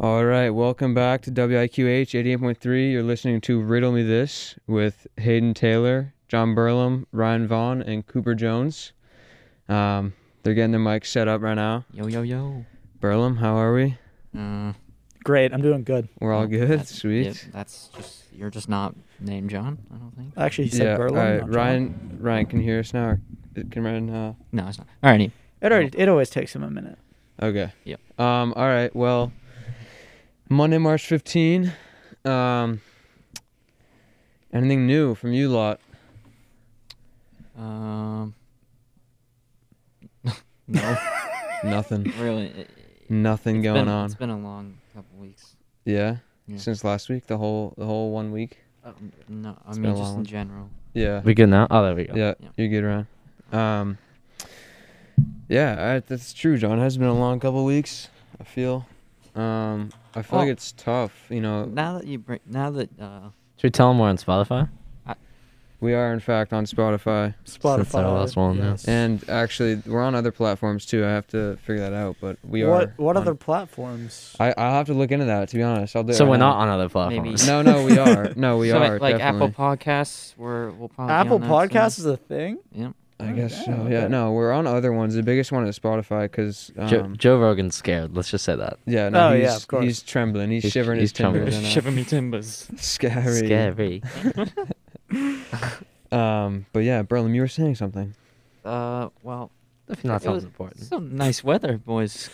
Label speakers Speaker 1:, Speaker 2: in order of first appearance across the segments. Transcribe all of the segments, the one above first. Speaker 1: All right, welcome back to WIQH 88.3. You're listening to Riddle Me This with Hayden Taylor, John Burlam, Ryan Vaughn, and Cooper Jones. Um, they're getting their mics set up right now.
Speaker 2: Yo yo yo.
Speaker 1: Burlam, how are we?
Speaker 2: Mm,
Speaker 3: Great, I'm doing good.
Speaker 1: We're all
Speaker 2: Oh,
Speaker 1: good.
Speaker 2: that's-
Speaker 1: Sweet.
Speaker 2: yeah, that's just you're just not named John. I don't
Speaker 1: Uh,
Speaker 2: think.
Speaker 3: I actually said
Speaker 1: Yeah,
Speaker 3: Berlin.
Speaker 1: all
Speaker 3: not
Speaker 1: right.
Speaker 3: John.
Speaker 1: Ryan, Ryan, can you hear us now? Or can Ryan? Uh,
Speaker 2: No, it's not. All righty.
Speaker 3: It already, it always takes him a minute.
Speaker 1: Okay.
Speaker 2: Yep.
Speaker 1: Um. All right. Well, Monday, March fifteen. Um. Anything new from you lot?
Speaker 2: Um. no,
Speaker 1: Nothing.
Speaker 2: really. It,
Speaker 1: Nothing
Speaker 2: it's
Speaker 1: going
Speaker 2: been-
Speaker 1: on.
Speaker 2: It's been a long couple weeks.
Speaker 1: Yeah?
Speaker 2: Yeah.
Speaker 1: Since last week, the whole the whole one week.
Speaker 2: Uh, no, I
Speaker 1: been a
Speaker 2: mean
Speaker 1: long
Speaker 2: just in
Speaker 1: one.
Speaker 2: general.
Speaker 1: Yeah.
Speaker 4: We good now? Oh, there we go.
Speaker 1: yeah.
Speaker 2: Yeah.
Speaker 1: You're good, Ryan. Um. Yeah, I, that's true, John. It has been a long couple weeks. I feel. Um. I feel like
Speaker 2: Well-
Speaker 1: it's tough. You know,
Speaker 2: Now that you bring, now that uh,
Speaker 4: Should we tell them we're on Spotify?
Speaker 1: we are in fact on Spotify.
Speaker 3: Spotify.
Speaker 4: Since our last one, yeah.
Speaker 1: And actually, we're on other platforms too. I have to figure that out, but we
Speaker 3: what,
Speaker 1: are.
Speaker 3: What
Speaker 1: on-
Speaker 3: other platforms?
Speaker 1: I I'll have to look into that. To be honest, I'll do. it
Speaker 4: So
Speaker 1: right
Speaker 4: we're
Speaker 1: now.
Speaker 4: not on other platforms.
Speaker 1: No, no, we are. No, Oh, we
Speaker 2: so
Speaker 1: are.
Speaker 2: like, like Apple
Speaker 1: definitely.
Speaker 2: Podcasts, we're we'll probably be
Speaker 3: Apple
Speaker 2: on that soon.
Speaker 3: Podcasts is a thing.
Speaker 2: Yep.
Speaker 1: I
Speaker 3: Oh,
Speaker 1: guess so.
Speaker 3: damn,
Speaker 1: Yeah.
Speaker 3: okay.
Speaker 1: No, we're on other ones. The biggest one is Spotify because. Um,
Speaker 4: Jo- Joe Rogan's scared. Let's just say that.
Speaker 1: yeah. No.
Speaker 3: Oh, yeah,
Speaker 1: he's,
Speaker 3: of course.
Speaker 1: He's trembling. He's,
Speaker 4: He's-
Speaker 1: shivering
Speaker 4: he's
Speaker 1: his timbers.
Speaker 4: trembling.
Speaker 1: and,
Speaker 2: me timbers.
Speaker 1: uh, Scary.
Speaker 4: Scary.
Speaker 1: Um. But yeah, Berlin, you were saying something.
Speaker 2: Uh, well,
Speaker 4: If not
Speaker 2: It was-
Speaker 4: something important.
Speaker 2: some nice weather, boys.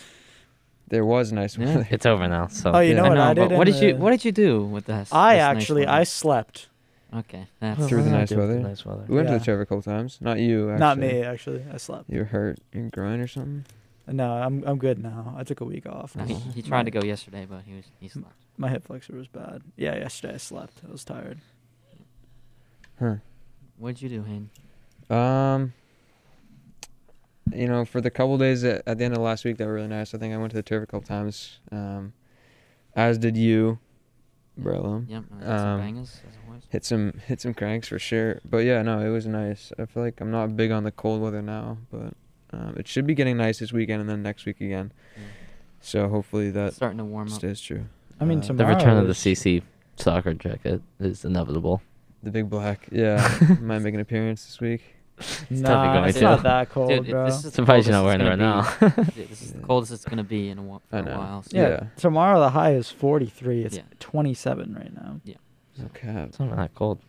Speaker 1: There was nice
Speaker 2: Yeah.
Speaker 1: weather.
Speaker 4: It's over now. So
Speaker 3: Oh, you
Speaker 1: yeah.
Speaker 3: know
Speaker 1: I
Speaker 3: what
Speaker 2: know,
Speaker 3: I, did?
Speaker 2: but what
Speaker 3: in
Speaker 2: did you
Speaker 3: the-
Speaker 2: what did you do with this?
Speaker 3: I
Speaker 2: this nice
Speaker 3: actually, I
Speaker 2: weather?
Speaker 3: slept.
Speaker 2: okay. That's
Speaker 1: Through the
Speaker 4: What did I
Speaker 1: nice
Speaker 4: do with
Speaker 1: weather?
Speaker 4: Nice weather.
Speaker 1: We went to
Speaker 3: Yeah.
Speaker 1: the church a couple times. Not you. Actually.
Speaker 3: Not me, actually. I slept.
Speaker 1: You were hurt and groin or something.
Speaker 3: No, I'm, I'm good now. I took a week off.
Speaker 2: No, he, he tried to go yesterday, but he was he slept.
Speaker 3: My hip flexor was bad. Yeah, yesterday I slept. I was tired.
Speaker 1: Huh.
Speaker 2: What'd you do, Hayden?
Speaker 1: Um, you know, for the couple days at, at the end of last week that were really nice. I think I went to the turf a couple times. Um, as did you, Brelum.
Speaker 2: Yep, I had some
Speaker 1: Um,
Speaker 2: bangers as always.
Speaker 1: Hit some hit some cranks for sure. But yeah, no, it was nice. I feel like I'm not big on the cold weather now, but um, it should be getting nice this weekend and then next week again.
Speaker 2: Yeah.
Speaker 1: So hopefully that
Speaker 2: It's starting to warm up.
Speaker 1: stays true.
Speaker 3: I mean,
Speaker 1: Uh,
Speaker 4: The return of the
Speaker 3: Nice.
Speaker 4: CC soccer jacket is inevitable.
Speaker 1: the big black, yeah, might make an appearance this week.
Speaker 4: definitely
Speaker 3: Nah,
Speaker 4: going
Speaker 3: Uh, it's
Speaker 2: to.
Speaker 3: not that cold,
Speaker 2: Dude, it-
Speaker 3: bro.
Speaker 2: this is the
Speaker 4: Surprised you're not
Speaker 2: coldest
Speaker 4: wearing it right now.
Speaker 2: it's gonna be. Dude, this is the
Speaker 1: Yeah.
Speaker 2: coldest it's gonna be in a, wa- for
Speaker 1: I
Speaker 2: a
Speaker 1: know.
Speaker 2: while. So
Speaker 3: yeah,
Speaker 1: yeah.
Speaker 3: Tomorrow the high is 43. It's
Speaker 2: Yeah.
Speaker 3: 27 right now.
Speaker 1: Okay.
Speaker 4: It's not that cold.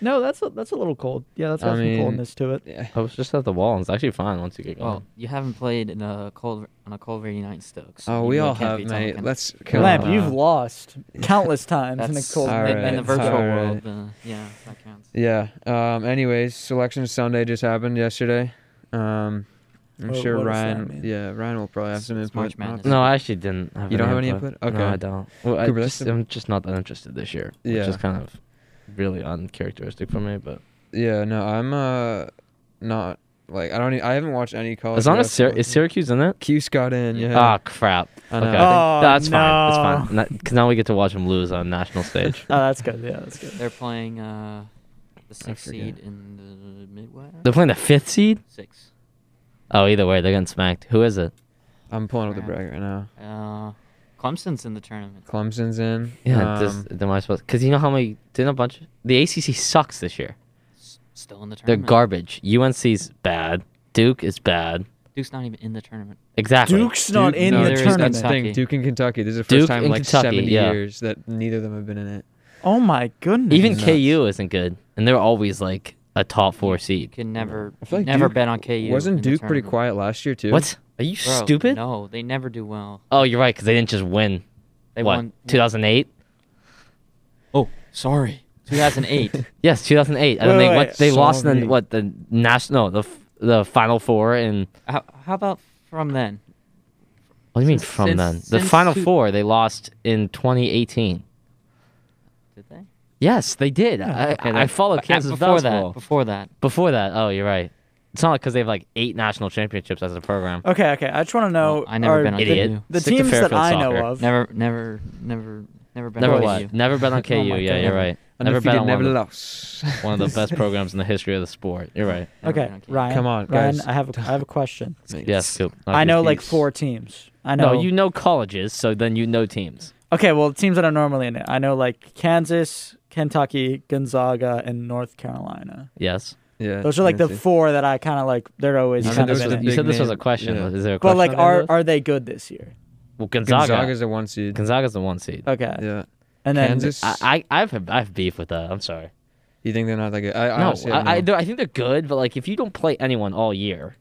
Speaker 3: No, that's a, that's a little cold. Yeah, that's
Speaker 1: I
Speaker 3: got some
Speaker 1: mean-
Speaker 3: coldness to it.
Speaker 1: Yeah.
Speaker 4: I was just at the wall and it's actually fine once you
Speaker 1: Oh.
Speaker 4: get going.
Speaker 2: Well, you haven't played in a cold on a cold rainy night in Stokes. so
Speaker 1: Oh,
Speaker 2: you
Speaker 1: we
Speaker 2: really
Speaker 1: all
Speaker 2: can't
Speaker 1: have,
Speaker 2: be
Speaker 1: mate.
Speaker 2: talking.
Speaker 1: Let's come
Speaker 3: Lamp,
Speaker 1: on.
Speaker 3: you've lost countless times in a
Speaker 2: That's
Speaker 3: cold
Speaker 1: all
Speaker 2: in, in the
Speaker 3: night.
Speaker 1: Alright,
Speaker 2: virtual
Speaker 1: alright.
Speaker 2: world. Uh, yeah, that counts.
Speaker 1: Yeah. Um. Anyways, selection Sunday just happened yesterday. Um, I'm
Speaker 3: What-
Speaker 1: sure
Speaker 3: what does that
Speaker 1: Ryan.
Speaker 3: mean?
Speaker 1: Yeah, Ryan will probably have some
Speaker 2: It's
Speaker 1: input.
Speaker 2: March
Speaker 1: not-
Speaker 2: Madness.
Speaker 4: no, I actually didn't. Have
Speaker 1: You don't have any input?
Speaker 4: No,
Speaker 1: Okay.
Speaker 4: I don't. Well, I
Speaker 1: Cooper, that's
Speaker 4: just,
Speaker 1: the-
Speaker 4: I'm just not that interested this year, which
Speaker 1: Yeah.
Speaker 4: is kind of really uncharacteristic for me. But
Speaker 1: Yeah. No, I'm uh, not like I don't. e- I haven't watched any college.
Speaker 4: as long as Syr-
Speaker 1: basketball.
Speaker 4: is Syracuse in it,
Speaker 1: Cuse got in.
Speaker 2: Yeah.
Speaker 1: Yeah.
Speaker 4: Oh crap!
Speaker 1: I know.
Speaker 4: Okay, I think-
Speaker 3: Oh,
Speaker 4: that's fine. That's
Speaker 3: no.
Speaker 4: fine. Because now we get to watch him lose on national stage.
Speaker 3: Oh, that's good. Yeah, that's good.
Speaker 2: They're playing uh, the sixth
Speaker 1: forget.
Speaker 2: seed in the Midwest.
Speaker 4: They're playing the fifth seed.
Speaker 2: six.
Speaker 4: Oh, either way, they're getting smacked. Who is it?
Speaker 1: I'm pulling up the
Speaker 2: Crap.
Speaker 1: bracket right now.
Speaker 2: Uh, Clemson's in the tournament.
Speaker 1: Clemson's in.
Speaker 4: Yeah,
Speaker 1: Um,
Speaker 4: just am I supposed? Because you know how many? Didn't a bunch? The ACC sucks this year.
Speaker 2: S- Still in the
Speaker 4: They're
Speaker 2: tournament.
Speaker 4: garbage. UNC's bad. Duke is bad.
Speaker 2: Duke's not even in the tournament.
Speaker 4: Exactly.
Speaker 3: Duke's not
Speaker 1: Duke-
Speaker 3: in
Speaker 1: no,
Speaker 3: the
Speaker 1: there is-
Speaker 3: tournament.
Speaker 1: That's the thing.
Speaker 2: Kentucky.
Speaker 1: Duke and Kentucky. This is the first
Speaker 4: Duke
Speaker 1: time in
Speaker 4: and
Speaker 1: like
Speaker 4: Kentucky,
Speaker 1: 70
Speaker 4: yeah.
Speaker 1: years that neither of them have been in it.
Speaker 3: Oh my goodness.
Speaker 4: Even
Speaker 1: nuts.
Speaker 4: KU isn't good, and they're always like a top four
Speaker 2: You
Speaker 4: seed.
Speaker 2: can never,
Speaker 1: I feel like
Speaker 2: never
Speaker 1: Duke-
Speaker 2: bet on KU.
Speaker 1: Wasn't
Speaker 2: in the
Speaker 1: Duke pretty
Speaker 2: tournament.
Speaker 1: quiet last year too?
Speaker 4: What? Are you
Speaker 2: Bro,
Speaker 4: stupid?
Speaker 2: No, they never do well.
Speaker 4: Oh, you're right. Because they didn't just win.
Speaker 2: They
Speaker 4: what?
Speaker 2: won
Speaker 4: 2008.
Speaker 2: Oh, sorry. 2008.
Speaker 4: Yes, 2008. And
Speaker 3: Wait,
Speaker 4: then they
Speaker 3: wait,
Speaker 4: went,
Speaker 3: wait.
Speaker 4: they lost in
Speaker 1: Sorry.
Speaker 4: the, what the national the f- the final four and
Speaker 2: how, how about from then?
Speaker 4: what do you mean
Speaker 2: Since-
Speaker 4: from
Speaker 2: since-
Speaker 4: then? The
Speaker 2: since
Speaker 4: final
Speaker 2: two-
Speaker 4: four they lost in 2018.
Speaker 2: Did they?
Speaker 4: Yes, they
Speaker 3: Oh,
Speaker 4: did. I,
Speaker 2: Okay,
Speaker 4: I
Speaker 2: that-
Speaker 4: follow
Speaker 2: but at-
Speaker 4: Kansas
Speaker 2: before
Speaker 4: basketball.
Speaker 2: that. Before that,
Speaker 4: Before that, oh, you're right. It's not because they have like eight national championships as a program.
Speaker 3: Okay, okay. I just want to know.
Speaker 2: Well, I never
Speaker 3: are
Speaker 2: been on
Speaker 3: the,
Speaker 4: Idiot.
Speaker 2: KU.
Speaker 3: Oh, the
Speaker 4: Stick to
Speaker 3: teams that
Speaker 4: Fairfield
Speaker 3: I know
Speaker 4: soccer.
Speaker 3: of. Oh
Speaker 2: never, never, never, never bet
Speaker 4: Never
Speaker 2: on
Speaker 4: what?
Speaker 2: KU.
Speaker 4: Never bet on KU.
Speaker 3: my
Speaker 4: yeah, you're
Speaker 3: God.
Speaker 4: right. Never bet
Speaker 1: Undefeated,
Speaker 4: on
Speaker 1: never
Speaker 4: one, of
Speaker 1: lost.
Speaker 4: the, one of the best programs in the history of the sport. You're right.
Speaker 2: Never
Speaker 3: Okay,
Speaker 2: bet on KU.
Speaker 3: Ryan.
Speaker 1: Come on,
Speaker 3: Ryan,
Speaker 1: guys.
Speaker 3: I have a, I have a question.
Speaker 4: Yes, Coop.
Speaker 3: I know like
Speaker 1: Peace.
Speaker 3: four teams. I know.
Speaker 4: No, you know colleges, so then you know teams.
Speaker 3: Okay, well, teams that are normally in it. I know like Kansas, Kentucky, Gonzaga, and North Carolina.
Speaker 4: Yes.
Speaker 1: Yeah.
Speaker 3: Those are like the
Speaker 1: Tennessee.
Speaker 3: four that I kind of like. They're always
Speaker 1: You
Speaker 4: You
Speaker 1: said
Speaker 4: said,
Speaker 3: kind of
Speaker 1: those are
Speaker 4: this,
Speaker 3: in
Speaker 1: the
Speaker 3: it.
Speaker 1: big
Speaker 4: was a
Speaker 1: names.
Speaker 4: question.
Speaker 1: Yeah.
Speaker 4: Is there a
Speaker 3: But
Speaker 4: question?
Speaker 3: like,
Speaker 4: on
Speaker 3: are
Speaker 4: those?
Speaker 3: are they good this year?
Speaker 4: well, Gonzaga.
Speaker 1: Gonzaga's the one seed.
Speaker 4: Gonzaga's the one seed.
Speaker 3: Okay,
Speaker 1: Yeah.
Speaker 3: and then
Speaker 1: Kansas.
Speaker 4: I, I I've I've beef with that. I'm sorry.
Speaker 1: you think they're not that good? I, I
Speaker 4: no,
Speaker 1: honestly, don't
Speaker 4: I, I,
Speaker 1: know.
Speaker 4: they're- I think they're good, but like if you don't play anyone all year,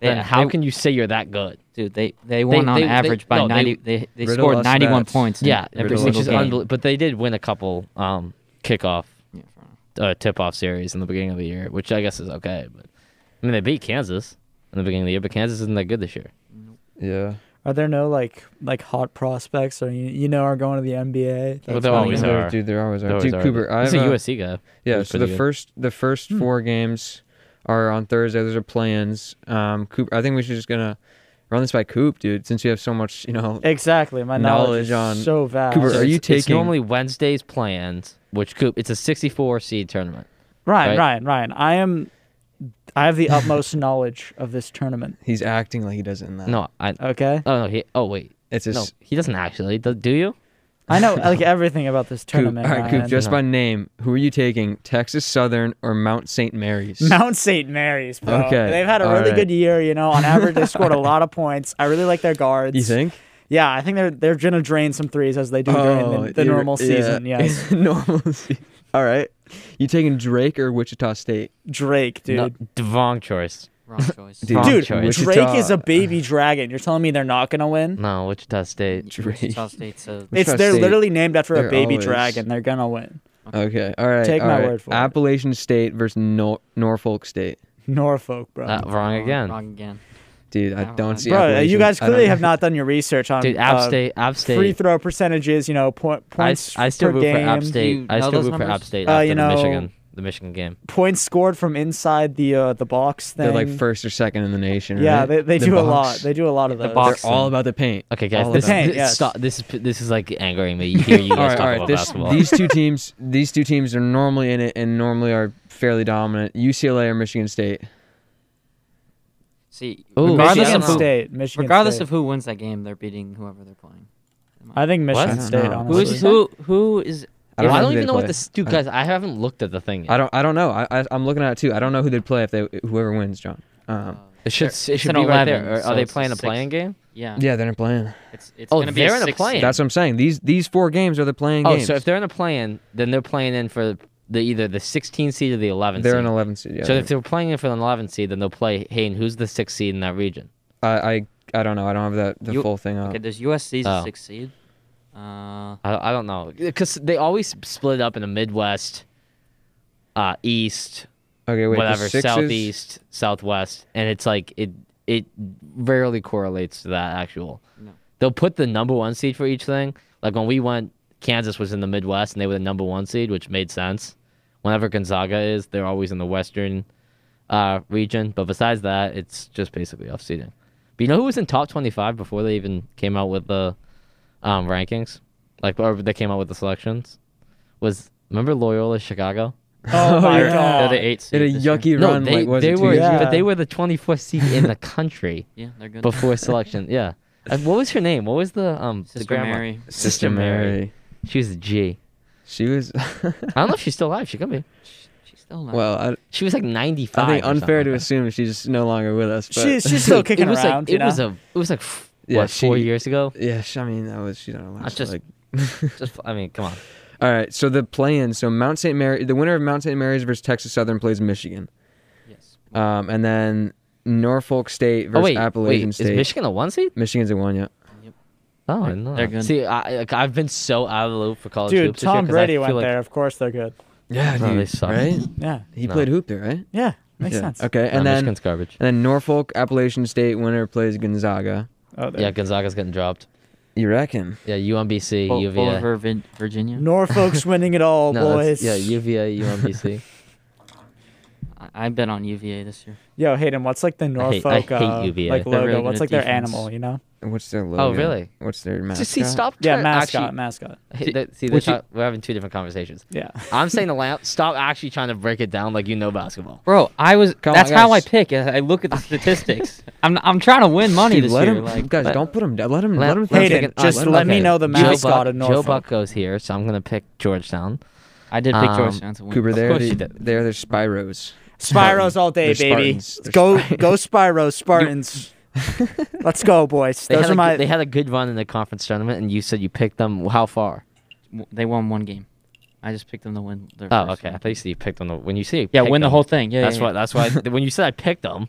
Speaker 4: then
Speaker 2: Yeah,
Speaker 4: how
Speaker 2: they-
Speaker 4: can you say you're that good?
Speaker 2: Dude, they they won on
Speaker 4: they- they-
Speaker 2: average by
Speaker 4: no, they-
Speaker 2: ninety. They they,
Speaker 1: Riddle
Speaker 2: scored
Speaker 1: us
Speaker 2: ninety one
Speaker 1: stats.
Speaker 2: points. in
Speaker 4: Yeah,
Speaker 2: every
Speaker 1: Riddle
Speaker 4: which
Speaker 2: single
Speaker 4: is
Speaker 1: us
Speaker 2: game.
Speaker 4: unbelievable. But they did win a couple um kickoff
Speaker 2: Yeah, fair enough.
Speaker 4: uh, tip-off series in the beginning of the year, which I guess is okay. But I mean, they beat Kansas in the beginning of the year, but Kansas isn't that good this year.
Speaker 1: yeah.
Speaker 3: are there no like like hot prospects or you, you know are going to the NBA?
Speaker 4: Well,
Speaker 3: That's
Speaker 4: there
Speaker 3: not
Speaker 4: always
Speaker 3: even-
Speaker 1: They're-
Speaker 4: are.
Speaker 1: Dude, there always
Speaker 4: They
Speaker 1: are.
Speaker 4: always
Speaker 1: Dude,
Speaker 4: are,
Speaker 1: Cooper,
Speaker 4: but
Speaker 1: I
Speaker 4: he's
Speaker 1: have
Speaker 4: a
Speaker 1: a-
Speaker 4: USC guy.
Speaker 1: Yeah,
Speaker 4: He's
Speaker 1: so the
Speaker 4: pretty good.
Speaker 1: first the first
Speaker 3: Hmm.
Speaker 1: four games are on Thursday. Those are plans. Um, Coop, I think we should just gonna run this by Coop, dude, since you have so much, you know.
Speaker 3: Exactly, my knowledge,
Speaker 1: Knowledge on-
Speaker 3: is so vast.
Speaker 1: Cooper, are you
Speaker 4: it's, it's
Speaker 1: taking-
Speaker 4: normally Wednesday's plans, which Coop? It's a 64 seed tournament.
Speaker 3: Ryan?
Speaker 4: right?
Speaker 3: Ryan, Ryan, I am. I have the utmost knowledge of this tournament.
Speaker 1: He's acting like he doesn't
Speaker 3: Uh,
Speaker 1: know.
Speaker 4: No, I.
Speaker 3: Okay,
Speaker 4: Oh no. He, oh wait.
Speaker 1: it's just
Speaker 4: No, he doesn't actually. Do, do you?
Speaker 3: I know like everything about this
Speaker 1: Coop.
Speaker 3: tournament.
Speaker 1: all right, Coop,
Speaker 3: Ryan.
Speaker 1: just
Speaker 4: No.
Speaker 1: by name, who are you taking? Texas Southern or Mount St. Mary's?
Speaker 3: Mount St. Mary's, bro.
Speaker 1: Okay,
Speaker 3: They've had a
Speaker 1: all
Speaker 3: really
Speaker 1: right.
Speaker 3: good year, you know. On average, they scored a lot of points. I really like their guards.
Speaker 1: you think?
Speaker 3: Yeah, I think they're they're gonna drain some threes as they do during the, the
Speaker 1: Oh, you're-
Speaker 3: normal
Speaker 1: yeah.
Speaker 3: season. Yes,
Speaker 1: normal season. All right. You taking Drake or Wichita State?
Speaker 3: Drake, dude.
Speaker 4: No, the wrong choice.
Speaker 2: Wrong choice.
Speaker 1: Dude.
Speaker 4: Wrong
Speaker 3: Dude,
Speaker 4: choice.
Speaker 1: Wichita.
Speaker 3: Drake is a baby dragon. You're telling me they're not gonna win?
Speaker 4: No, Wichita State.
Speaker 1: Drake.
Speaker 2: Wichita State's a-
Speaker 1: Wichita
Speaker 3: it's they're
Speaker 1: State,
Speaker 3: literally named after
Speaker 1: they're
Speaker 3: a baby
Speaker 1: always-
Speaker 3: dragon. They're gonna win.
Speaker 1: Okay. All right.
Speaker 3: Take
Speaker 1: all
Speaker 3: my
Speaker 1: right.
Speaker 3: word for it.
Speaker 1: Appalachian State versus Nor- Norfolk State.
Speaker 3: Norfolk, bro.
Speaker 4: Uh, wrong again.
Speaker 2: Wrong again.
Speaker 1: Dude, I
Speaker 2: Never
Speaker 1: don't
Speaker 2: mind.
Speaker 1: see.
Speaker 3: bro,
Speaker 1: Appalachian-
Speaker 3: you guys
Speaker 1: I don't-
Speaker 3: clearly have not done your research on
Speaker 4: Dude, App
Speaker 3: uh,
Speaker 4: State. App
Speaker 3: free
Speaker 4: State.
Speaker 3: throw percentages. You know, point,
Speaker 4: I,
Speaker 3: points
Speaker 4: I still
Speaker 3: per
Speaker 4: root
Speaker 3: game,
Speaker 4: for App
Speaker 2: You
Speaker 4: State. I
Speaker 2: know
Speaker 4: still
Speaker 2: those
Speaker 4: root for App
Speaker 2: numbers?
Speaker 4: State
Speaker 3: Uh,
Speaker 4: after
Speaker 3: you
Speaker 4: the
Speaker 3: know-
Speaker 4: Michigan, the Michigan game.
Speaker 3: points scored from inside the uh, the box thing.
Speaker 1: They're like first or second in the nation.
Speaker 3: Yeah,
Speaker 1: right?
Speaker 3: they, they
Speaker 1: The
Speaker 3: do a lot.
Speaker 1: box.
Speaker 3: They do a lot of those.
Speaker 2: The box.
Speaker 1: They're all about the paint.
Speaker 4: Okay, guys,
Speaker 1: All
Speaker 4: this,
Speaker 1: about
Speaker 3: Hey,
Speaker 4: this,
Speaker 3: yes.
Speaker 4: stop, this is this is like angering me. You hear you guys
Speaker 1: all right,
Speaker 4: talk
Speaker 1: all right.
Speaker 4: about
Speaker 1: This,
Speaker 4: basketball.
Speaker 1: these two teams, these two teams are normally in it and normally are fairly dominant. UCLA or Michigan State.
Speaker 2: See,
Speaker 4: Ooh,
Speaker 2: regardless
Speaker 3: Michigan
Speaker 2: of who,
Speaker 3: State, Michigan
Speaker 2: regardless
Speaker 3: State.
Speaker 2: of who wins that game, they're beating whoever they're playing.
Speaker 3: I think Michigan
Speaker 1: What?
Speaker 3: State.
Speaker 1: No.
Speaker 2: Who
Speaker 3: Honestly,
Speaker 2: is who? Who is?
Speaker 1: I
Speaker 4: I
Speaker 1: don't
Speaker 4: don't,
Speaker 1: know who
Speaker 4: even
Speaker 1: they
Speaker 4: know
Speaker 1: play.
Speaker 4: what this dude, guys. I haven't looked at the thing. Yet.
Speaker 1: I don't. I don't know. I, I I'm looking at it too. I don't know who they'd play if they whoever wins, John.
Speaker 2: uh,
Speaker 1: Um,
Speaker 4: It should
Speaker 2: It's
Speaker 4: it should
Speaker 2: an
Speaker 4: be right there.
Speaker 2: 11,
Speaker 4: Are-
Speaker 2: so
Speaker 4: are they
Speaker 2: it's a
Speaker 4: playing a
Speaker 2: six.
Speaker 4: playing game?
Speaker 2: yeah.
Speaker 1: yeah, they're not playing.
Speaker 2: It's it's
Speaker 4: Oh,
Speaker 2: gonna be
Speaker 4: they're in a
Speaker 2: six
Speaker 4: play-in.
Speaker 2: seed.
Speaker 1: That's what I'm saying. These these four games are the playing
Speaker 4: Oh,
Speaker 1: games.
Speaker 4: so if they're in a play-in, then they're playing in for the either the 16 seed or the 11
Speaker 1: they're
Speaker 4: seed.
Speaker 1: an 11 seed. Yeah.
Speaker 4: so if they're playing in for the 11 seed, then they'll play Hayden, who's the sixth seed in that region.
Speaker 1: I, I I don't know. I don't have that the
Speaker 2: You-
Speaker 1: full thing up.
Speaker 2: Okay, there's USC's
Speaker 4: Oh.
Speaker 2: a six seed. Uh,
Speaker 4: I, I don't know because they always split up in the Midwest, uh, East,
Speaker 1: Okay, wait. the
Speaker 4: whatever,
Speaker 1: sixes-
Speaker 4: Southeast, Southwest, and it's like it it rarely correlates to that actual.
Speaker 2: No.
Speaker 4: They'll put the number one seed for each thing. Like when we went, Kansas was in the Midwest and they were the number one seed, which made sense. Whenever Gonzaga is, they're always in the Western uh, region. But besides that, it's just basically off seeding. But you know who was in top twenty five before they even came out with the um, rankings? Like or they came out with the selections? Was remember Loyola Chicago?
Speaker 3: Oh my
Speaker 1: They're-
Speaker 2: they're
Speaker 3: god.
Speaker 2: the eight seed
Speaker 1: It a
Speaker 2: this year.
Speaker 1: yucky run.
Speaker 4: they,
Speaker 1: like, was
Speaker 4: they
Speaker 1: it two
Speaker 4: were,
Speaker 1: years ago?
Speaker 3: Yeah.
Speaker 4: but they were the 24th seed in the country
Speaker 2: Yeah, they're good.
Speaker 4: before selection. Yeah, Uh, what was her name? What was the um the
Speaker 2: Sister
Speaker 4: grandma?
Speaker 2: Mary.
Speaker 1: Sister Mary.
Speaker 4: She was a G.
Speaker 1: She was
Speaker 4: I don't know if she's still alive. She could be.
Speaker 2: Sh- She's still not.
Speaker 1: well. I,
Speaker 4: She was like 95.
Speaker 1: I think
Speaker 4: or something
Speaker 1: unfair to
Speaker 4: like that.
Speaker 1: assume she's no longer with us. But
Speaker 3: She's she's still kicking
Speaker 4: it was
Speaker 3: around.
Speaker 4: Like,
Speaker 3: you
Speaker 4: it
Speaker 3: know?
Speaker 4: was a. It was like f-
Speaker 1: Yeah,
Speaker 4: what four
Speaker 1: she-
Speaker 4: years ago.
Speaker 1: yeah. sh- I mean, that was she don't know.
Speaker 4: That's just-
Speaker 1: like,
Speaker 4: Just I mean, come on.
Speaker 1: all right. So the play-in. So Mount Saint Mary, the winner of Mount Saint Mary's versus Texas Southern plays Michigan,
Speaker 2: yes.
Speaker 1: um, and then Norfolk State versus
Speaker 4: oh wait,
Speaker 1: Appalachian
Speaker 4: wait,
Speaker 1: State.
Speaker 4: is Michigan a one seed?
Speaker 1: Michigan's a one. Yeah.
Speaker 4: Oh,
Speaker 2: They're-
Speaker 4: no.
Speaker 2: they're good.
Speaker 4: See, I, like, I've been so out of the loop for college
Speaker 3: dude.
Speaker 4: hoops this year
Speaker 3: Tom
Speaker 4: 'cause I
Speaker 3: Brady
Speaker 4: feel
Speaker 3: went
Speaker 4: like-
Speaker 3: there. Of course, they're good.
Speaker 1: Yeah,
Speaker 4: No,
Speaker 1: dude.
Speaker 4: they suck.
Speaker 1: Right.
Speaker 3: Yeah,
Speaker 1: He
Speaker 4: No.
Speaker 1: played hoop there, right?
Speaker 3: yeah, makes
Speaker 1: yeah.
Speaker 3: sense.
Speaker 1: Okay,
Speaker 4: No,
Speaker 1: and then
Speaker 4: Michigan's garbage.
Speaker 1: and then Norfolk Appalachian State winner plays Gonzaga.
Speaker 3: Oh, there.
Speaker 4: Yeah, Gonzaga's getting dropped.
Speaker 1: You reckon?
Speaker 4: Yeah, UMBC,
Speaker 2: O-
Speaker 4: UVA.
Speaker 2: over Vin- Virginia.
Speaker 3: Norfolk's winning it all,
Speaker 4: no, that's-
Speaker 3: boys.
Speaker 4: yeah, UVA, UMBC.
Speaker 2: I-, I bet on UVA this year.
Speaker 3: Yo, Hayden, what's like the
Speaker 4: hate- I
Speaker 3: Norfolk
Speaker 4: hate
Speaker 3: uh,
Speaker 4: UVA.
Speaker 3: like
Speaker 2: They're really
Speaker 3: logo?
Speaker 2: good
Speaker 3: What's
Speaker 2: at
Speaker 3: like their
Speaker 2: defense.
Speaker 3: animal? You know,
Speaker 1: What's their logo?
Speaker 4: Oh, really?
Speaker 1: What's their mascot?
Speaker 4: See, stop.
Speaker 3: Yeah,
Speaker 4: try-
Speaker 3: mascot,
Speaker 4: actually-
Speaker 3: mascot.
Speaker 4: Hey, that- see, they're
Speaker 1: Would you-
Speaker 4: talk- we're having two different conversations.
Speaker 3: Yeah.
Speaker 4: I'm saying the lamp. Stop actually trying to break it down like you know basketball.
Speaker 2: Bro, I was.
Speaker 1: Come on,
Speaker 2: that's how I
Speaker 1: guys.
Speaker 2: pick. I I look at the statistics. I'm I'm trying to win money
Speaker 1: Dude,
Speaker 2: this
Speaker 1: let
Speaker 2: year.
Speaker 1: him,
Speaker 2: like,
Speaker 1: guys,
Speaker 2: but-
Speaker 1: don't put him down. Let him,
Speaker 4: Let-
Speaker 1: let, him
Speaker 4: let
Speaker 1: finish.
Speaker 3: Hayden,
Speaker 4: take it-
Speaker 3: just
Speaker 1: uh,
Speaker 3: let,
Speaker 1: let-
Speaker 3: me
Speaker 1: okay.
Speaker 3: know the
Speaker 4: Joe
Speaker 3: mascot
Speaker 4: Buck,
Speaker 3: of
Speaker 4: Joe
Speaker 3: Norfolk.
Speaker 4: Buck goes here, so I'm gonna pick Georgetown.
Speaker 2: I did pick
Speaker 4: Um,
Speaker 2: Georgetown to win.
Speaker 1: Cooper,
Speaker 4: Of
Speaker 1: they're
Speaker 4: course
Speaker 1: the,
Speaker 4: you did.
Speaker 1: they're the Spyros.
Speaker 3: Spyros all day,
Speaker 1: They're
Speaker 3: baby.
Speaker 1: Spartans. They're
Speaker 3: Go,
Speaker 1: Spartans.
Speaker 3: go, Spyros, Spartans. Let's go, boys.
Speaker 4: They
Speaker 3: Those
Speaker 4: had,
Speaker 3: are
Speaker 4: a,
Speaker 3: my.
Speaker 4: good- they had a good run in the conference tournament, and you said you picked them. How far?
Speaker 2: W- They won one game. I just picked them to win. Their
Speaker 4: Oh,
Speaker 2: first
Speaker 4: okay. I
Speaker 2: one.
Speaker 4: thought you said you picked them. the- When you say you
Speaker 2: Yeah,
Speaker 4: picked
Speaker 2: win the
Speaker 4: them,
Speaker 2: whole thing. Yeah,
Speaker 4: that's
Speaker 2: yeah,
Speaker 4: what. That's why. when you said I picked them,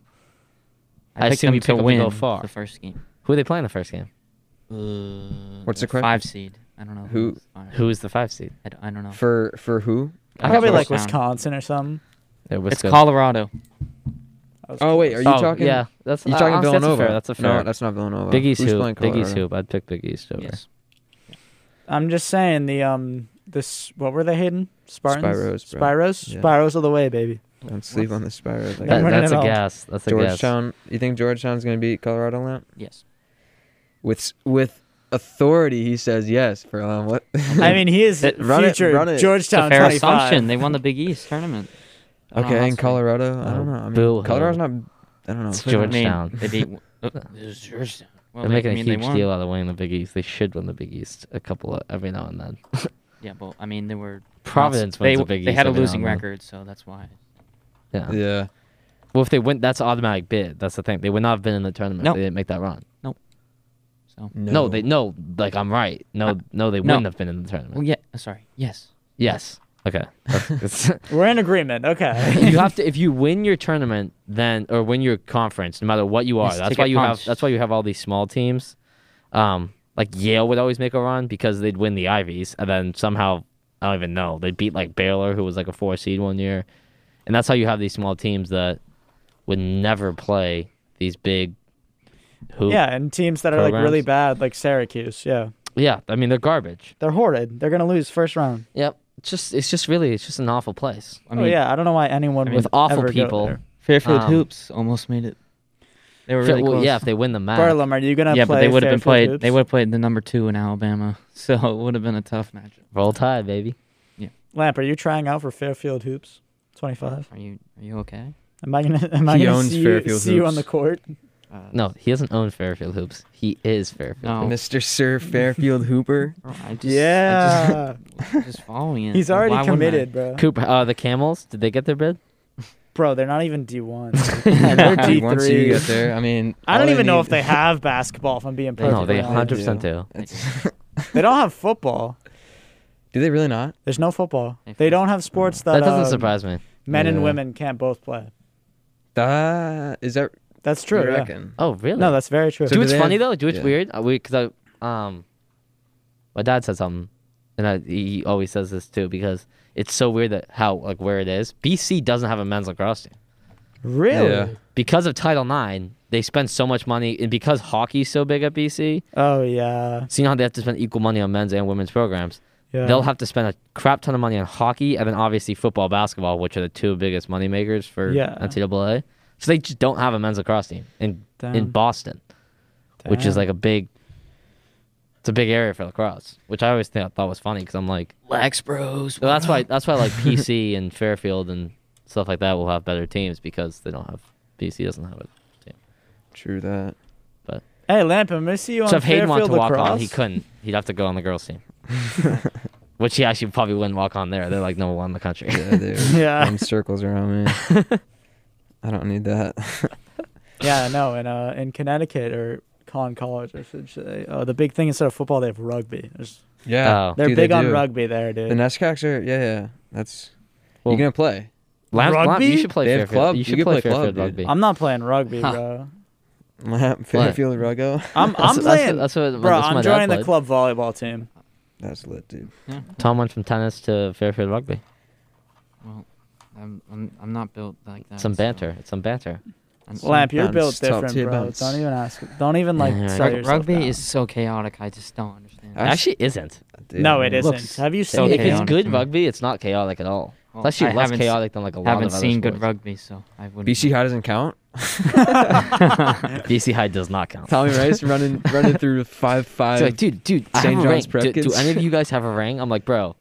Speaker 2: yeah.
Speaker 4: I
Speaker 2: I picked
Speaker 4: assume
Speaker 2: them
Speaker 4: you
Speaker 2: to
Speaker 4: picked them to
Speaker 2: win
Speaker 4: go far.
Speaker 2: the first game.
Speaker 4: who are they playing the first game?
Speaker 2: Uh,
Speaker 1: What's the question?
Speaker 2: Five seed. I don't know
Speaker 1: Who-
Speaker 2: was five.
Speaker 4: Who is the five seed?
Speaker 2: I, d- I don't know.
Speaker 1: For for who?
Speaker 4: I
Speaker 3: probably like
Speaker 2: Georgetown.
Speaker 3: Wisconsin or something.
Speaker 4: It was
Speaker 2: It's Colorado.
Speaker 3: That was
Speaker 1: Oh, wait, are you
Speaker 4: oh,
Speaker 1: talking?
Speaker 4: Yeah, that's
Speaker 1: You
Speaker 4: uh,
Speaker 1: talking
Speaker 4: honestly,
Speaker 1: Villanova?
Speaker 4: That's a fair.
Speaker 1: No,
Speaker 4: That's a fair.
Speaker 1: that's not Villanova.
Speaker 4: Big East
Speaker 1: Who's
Speaker 4: hoop.
Speaker 1: playing
Speaker 4: Big East
Speaker 1: Colorado?
Speaker 4: hoop. I'd pick Big East over.
Speaker 2: Yes.
Speaker 3: I'm just saying the um this what were they Hayden Spartans
Speaker 1: Spyros, bro.
Speaker 3: Spyros
Speaker 1: Yeah.
Speaker 3: Spyros all the way baby.
Speaker 1: Don't sleep on the Spyros. I
Speaker 4: That-
Speaker 1: guess.
Speaker 3: I'm running
Speaker 4: that's
Speaker 3: it
Speaker 4: a
Speaker 3: all.
Speaker 4: guess. That's a guess.
Speaker 1: Georgetown. You think Georgetown's going to beat Colorado Lamp?
Speaker 2: Yes.
Speaker 1: With s- with authority, he says yes. For um, what?
Speaker 3: I mean he is
Speaker 1: It- run it-
Speaker 3: future
Speaker 1: run it.
Speaker 2: It's a
Speaker 3: Georgetown
Speaker 2: fair
Speaker 3: 25.
Speaker 2: assumption. They won the Big East tournament. I don't know how
Speaker 1: okay, in
Speaker 2: else they-
Speaker 1: Colorado, I
Speaker 4: Oh,
Speaker 1: don't know. I mean,
Speaker 4: boo-hoo.
Speaker 1: Colorado's not. I don't know.
Speaker 4: It's
Speaker 1: They're not-
Speaker 2: I mean,
Speaker 4: Georgetown.
Speaker 2: They beat. Uh, it was Georgetown. Well,
Speaker 4: They're
Speaker 2: they-
Speaker 4: making
Speaker 2: I
Speaker 4: a
Speaker 2: mean, they
Speaker 4: huge
Speaker 2: won.
Speaker 4: deal out of winning the Big East. They should win the Big East a couple of every now and then.
Speaker 2: Yeah, but I mean, they were.
Speaker 4: Providence
Speaker 2: they,
Speaker 4: wins the Big
Speaker 2: They
Speaker 4: East
Speaker 2: had a
Speaker 4: every now
Speaker 2: losing
Speaker 4: and then.
Speaker 2: record, so that's why.
Speaker 4: Yeah.
Speaker 1: Yeah.
Speaker 4: Well, if they win, that's an automatic bid. That's the thing. They would not have been in the tournament.
Speaker 2: No.
Speaker 4: if They didn't make that run.
Speaker 2: So.
Speaker 4: No, they no. Like I'm right. No,
Speaker 2: Uh,
Speaker 4: no, they
Speaker 2: no.
Speaker 4: wouldn't have been in the tournament.
Speaker 2: Well, yeah. Sorry. Yes.
Speaker 4: Yes. Okay. That's- it's-
Speaker 3: We're in agreement. Okay.
Speaker 4: you have to if you win your tournament, then or win your conference, no matter what you are.
Speaker 2: Yes,
Speaker 4: That's
Speaker 2: ticket
Speaker 4: why you have.
Speaker 2: punch.
Speaker 4: That's why you have all these small teams. Um, like Yale would always make a run because they'd win the Ivies, and then somehow I don't even know they beat like Baylor, who was like a four seed one year, and that's how you have these small teams that would never play these big. Hoop.
Speaker 3: yeah, and teams that are like really bad like Syracuse, yeah.
Speaker 4: Yeah, I mean they're garbage.
Speaker 3: They're horrid. They're going to lose first round.
Speaker 4: Yep. It's just it's just really it's just an awful place
Speaker 2: I mean,
Speaker 3: oh yeah, I don't know why anyone
Speaker 4: with
Speaker 3: would
Speaker 4: awful
Speaker 3: ever go
Speaker 4: people.
Speaker 3: there.
Speaker 2: Fairfield
Speaker 4: Um,
Speaker 2: Hoops almost made it. They were
Speaker 4: If it-
Speaker 2: really
Speaker 4: well,
Speaker 2: close.
Speaker 4: yeah, if they win the match.
Speaker 3: Barlam, are you going to
Speaker 2: yeah,
Speaker 3: play
Speaker 2: but they would have been
Speaker 3: Fairfield
Speaker 2: played. They
Speaker 3: Hoops?
Speaker 2: would have played the number two in Alabama, so it would have been a tough matchup.
Speaker 4: Roll Tide, baby.
Speaker 3: Lamp, are you trying out for Fairfield Hoops? 25.
Speaker 2: Are you Are you okay?
Speaker 3: Am I going to am I
Speaker 1: He
Speaker 3: going to
Speaker 1: owns
Speaker 3: see, you,
Speaker 1: Fairfield
Speaker 3: see you on
Speaker 1: Hoops.
Speaker 3: the court?
Speaker 2: Uh,
Speaker 4: No, he doesn't own Fairfield Hoops. He is Fairfield.
Speaker 2: No.
Speaker 1: Mr. Sir Fairfield Hooper.
Speaker 2: bro, I just, I
Speaker 3: Yeah.
Speaker 2: just, just following it.
Speaker 3: He's
Speaker 2: Like, why
Speaker 3: already
Speaker 2: wouldn't I?
Speaker 3: committed, bro.
Speaker 4: Cooper, uh, the Camels, did they get their bid?
Speaker 3: Bro, they're not even D1. Yeah, they're
Speaker 1: Dude, once you
Speaker 3: D3.
Speaker 1: get there, I mean,
Speaker 3: I don't
Speaker 1: all
Speaker 3: even know
Speaker 1: need-
Speaker 3: if they have basketball, if I'm being
Speaker 1: Perfect.
Speaker 3: perfect.
Speaker 1: Yeah,
Speaker 4: No, they
Speaker 1: they
Speaker 4: 100% do.
Speaker 1: It's-
Speaker 3: They don't have football.
Speaker 1: Do they really not?
Speaker 3: There's no football.
Speaker 2: They
Speaker 3: They don't have sports that,
Speaker 4: That
Speaker 3: um,
Speaker 4: doesn't surprise me.
Speaker 3: men and
Speaker 1: Yeah.
Speaker 3: women can't both play.
Speaker 1: Uh, is that
Speaker 3: That's true.
Speaker 1: You
Speaker 3: yeah.
Speaker 1: reckon?
Speaker 4: Oh, really?
Speaker 3: No, that's very true.
Speaker 1: So
Speaker 4: Do
Speaker 1: do
Speaker 4: it's
Speaker 1: they
Speaker 4: funny
Speaker 1: have-
Speaker 4: though? Do it's
Speaker 1: yeah.
Speaker 4: weird? Uh, we, cause I, um, my dad said something, and I, he always says this too because it's so weird that how like where it is. BC doesn't have a men's lacrosse team
Speaker 3: really?
Speaker 1: Yeah.
Speaker 4: because of Title IX. They spend so much money, and because hockey's so big at BC,
Speaker 3: Oh yeah.
Speaker 4: so you know how they have to spend equal money on men's and women's programs.
Speaker 3: yeah.
Speaker 4: They'll have to spend a crap ton of money on hockey and then obviously football, basketball, which are the two biggest money makers for
Speaker 3: Yeah.
Speaker 4: NCAA. So they just don't have a men's lacrosse team in in
Speaker 3: Damn.
Speaker 4: Boston, which is
Speaker 3: Damn.
Speaker 4: like a big. It's a big area for lacrosse, which I always th- thought was funny because I'm like,
Speaker 2: Lax Bros.
Speaker 4: well, that's why that's why like PC and Fairfield and stuff like that will have better teams because they don't have PC doesn't have it.
Speaker 1: True that.
Speaker 3: Hey Lamp, I'm gonna see you on
Speaker 4: So if Hayden wanted
Speaker 3: Fairfield
Speaker 4: to walk
Speaker 3: lacrosse.
Speaker 4: on, he couldn't. He'd have to go on the girls team, which he actually probably wouldn't walk on there. They're like number one in the country.
Speaker 1: Yeah, dude.
Speaker 3: Yeah.
Speaker 1: Run circles around me. I don't need that.
Speaker 3: Yeah, no, in uh in Connecticut or Con College, I should say. Uh, the big thing instead of football, they have rugby. There's-
Speaker 1: yeah.
Speaker 4: Oh.
Speaker 3: They're
Speaker 1: dude,
Speaker 3: big
Speaker 1: they
Speaker 3: on
Speaker 1: do.
Speaker 3: rugby there, dude.
Speaker 1: The Nescocks are. Yeah, yeah. That's.
Speaker 4: Well,
Speaker 1: you're gonna play.
Speaker 4: Lance, Lance,
Speaker 3: Rugby?
Speaker 4: you should play
Speaker 1: They have
Speaker 4: Fairfield.
Speaker 1: club-
Speaker 4: You
Speaker 1: you
Speaker 4: should
Speaker 1: could
Speaker 4: play,
Speaker 1: play club,
Speaker 4: Fairfield
Speaker 1: dude.
Speaker 4: rugby.
Speaker 3: I'm not playing rugby,
Speaker 2: Huh.
Speaker 3: bro.
Speaker 1: Fairfield Ruggo.
Speaker 3: I'm
Speaker 4: That's-
Speaker 3: I'm
Speaker 4: that's-
Speaker 3: playing.
Speaker 4: That's
Speaker 3: Bro,
Speaker 4: what, that's what my
Speaker 3: I'm
Speaker 4: dad
Speaker 3: joining the
Speaker 4: played.
Speaker 3: club volleyball team.
Speaker 1: That's lit, dude.
Speaker 2: Yeah.
Speaker 4: Tom went from tennis to Fairfield rugby.
Speaker 2: Well, I'm, I'm I'm not built like that.
Speaker 4: some
Speaker 2: so
Speaker 4: banter. It's some banter.
Speaker 2: I'm-
Speaker 3: Lamp, you're
Speaker 1: Bounce,
Speaker 3: built
Speaker 1: top
Speaker 3: different,
Speaker 1: tier
Speaker 3: bro.
Speaker 1: bounce.
Speaker 3: Don't even ask. Don't even like.
Speaker 4: Yeah,
Speaker 3: sell
Speaker 4: Rug-
Speaker 2: Rug-
Speaker 3: yourself
Speaker 2: rugby
Speaker 3: down.
Speaker 2: is so chaotic. I just don't understand.
Speaker 1: Actu-
Speaker 4: Actually, isn't.
Speaker 1: Dude,
Speaker 3: No,
Speaker 1: I
Speaker 3: it
Speaker 1: mean,
Speaker 3: isn't.
Speaker 4: looks
Speaker 3: Have you
Speaker 4: So
Speaker 2: Okay,
Speaker 3: seen
Speaker 4: if
Speaker 3: it?
Speaker 4: it's
Speaker 2: on
Speaker 4: good
Speaker 2: to me.
Speaker 4: rugby, it's not chaotic at all.
Speaker 2: Well,
Speaker 4: It's actually
Speaker 2: I
Speaker 4: less
Speaker 2: haven't s-
Speaker 4: chaotic than like a lot
Speaker 2: Haven't
Speaker 4: of other
Speaker 2: seen good
Speaker 4: sports.
Speaker 2: rugby, so I wouldn't.
Speaker 1: BC High doesn't count.
Speaker 4: BC High does not count.
Speaker 1: Tommy Rice running running through five
Speaker 4: It's
Speaker 1: five.
Speaker 4: like, dude, dude, I
Speaker 1: St.
Speaker 4: have a
Speaker 1: John's
Speaker 4: ring. Do, do
Speaker 1: Prepkids.
Speaker 4: any of you guys have a ring? I'm like, bro,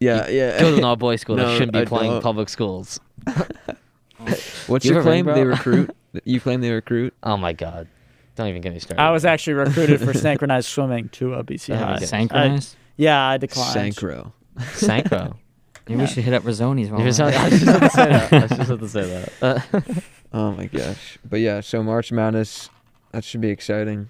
Speaker 1: yeah,
Speaker 4: go to an
Speaker 1: yeah.
Speaker 4: all boys school
Speaker 1: No,
Speaker 4: that shouldn't be
Speaker 1: I
Speaker 4: playing
Speaker 1: don't.
Speaker 4: public schools.
Speaker 1: What's
Speaker 4: You
Speaker 1: your
Speaker 4: have a ring,
Speaker 1: claim? They
Speaker 4: bro?
Speaker 1: recruit. You claim they recruit.
Speaker 4: Oh my god, don't even get me started.
Speaker 3: I was actually recruited for synchronized swimming to uh, BC
Speaker 4: Yeah,
Speaker 3: High.
Speaker 4: okay.
Speaker 3: I,
Speaker 2: Synchronized.
Speaker 3: Uh, yeah, I declined.
Speaker 1: Sankro.
Speaker 4: Sankro.
Speaker 2: Maybe we should hit up Rizzoni's. While
Speaker 4: If it's
Speaker 3: Oh
Speaker 2: we're
Speaker 4: not- I
Speaker 2: at
Speaker 4: was
Speaker 2: it.
Speaker 4: just about to say that. I was just about to say that. Uh,
Speaker 1: Oh my gosh. But yeah, so March Madness, that should be exciting.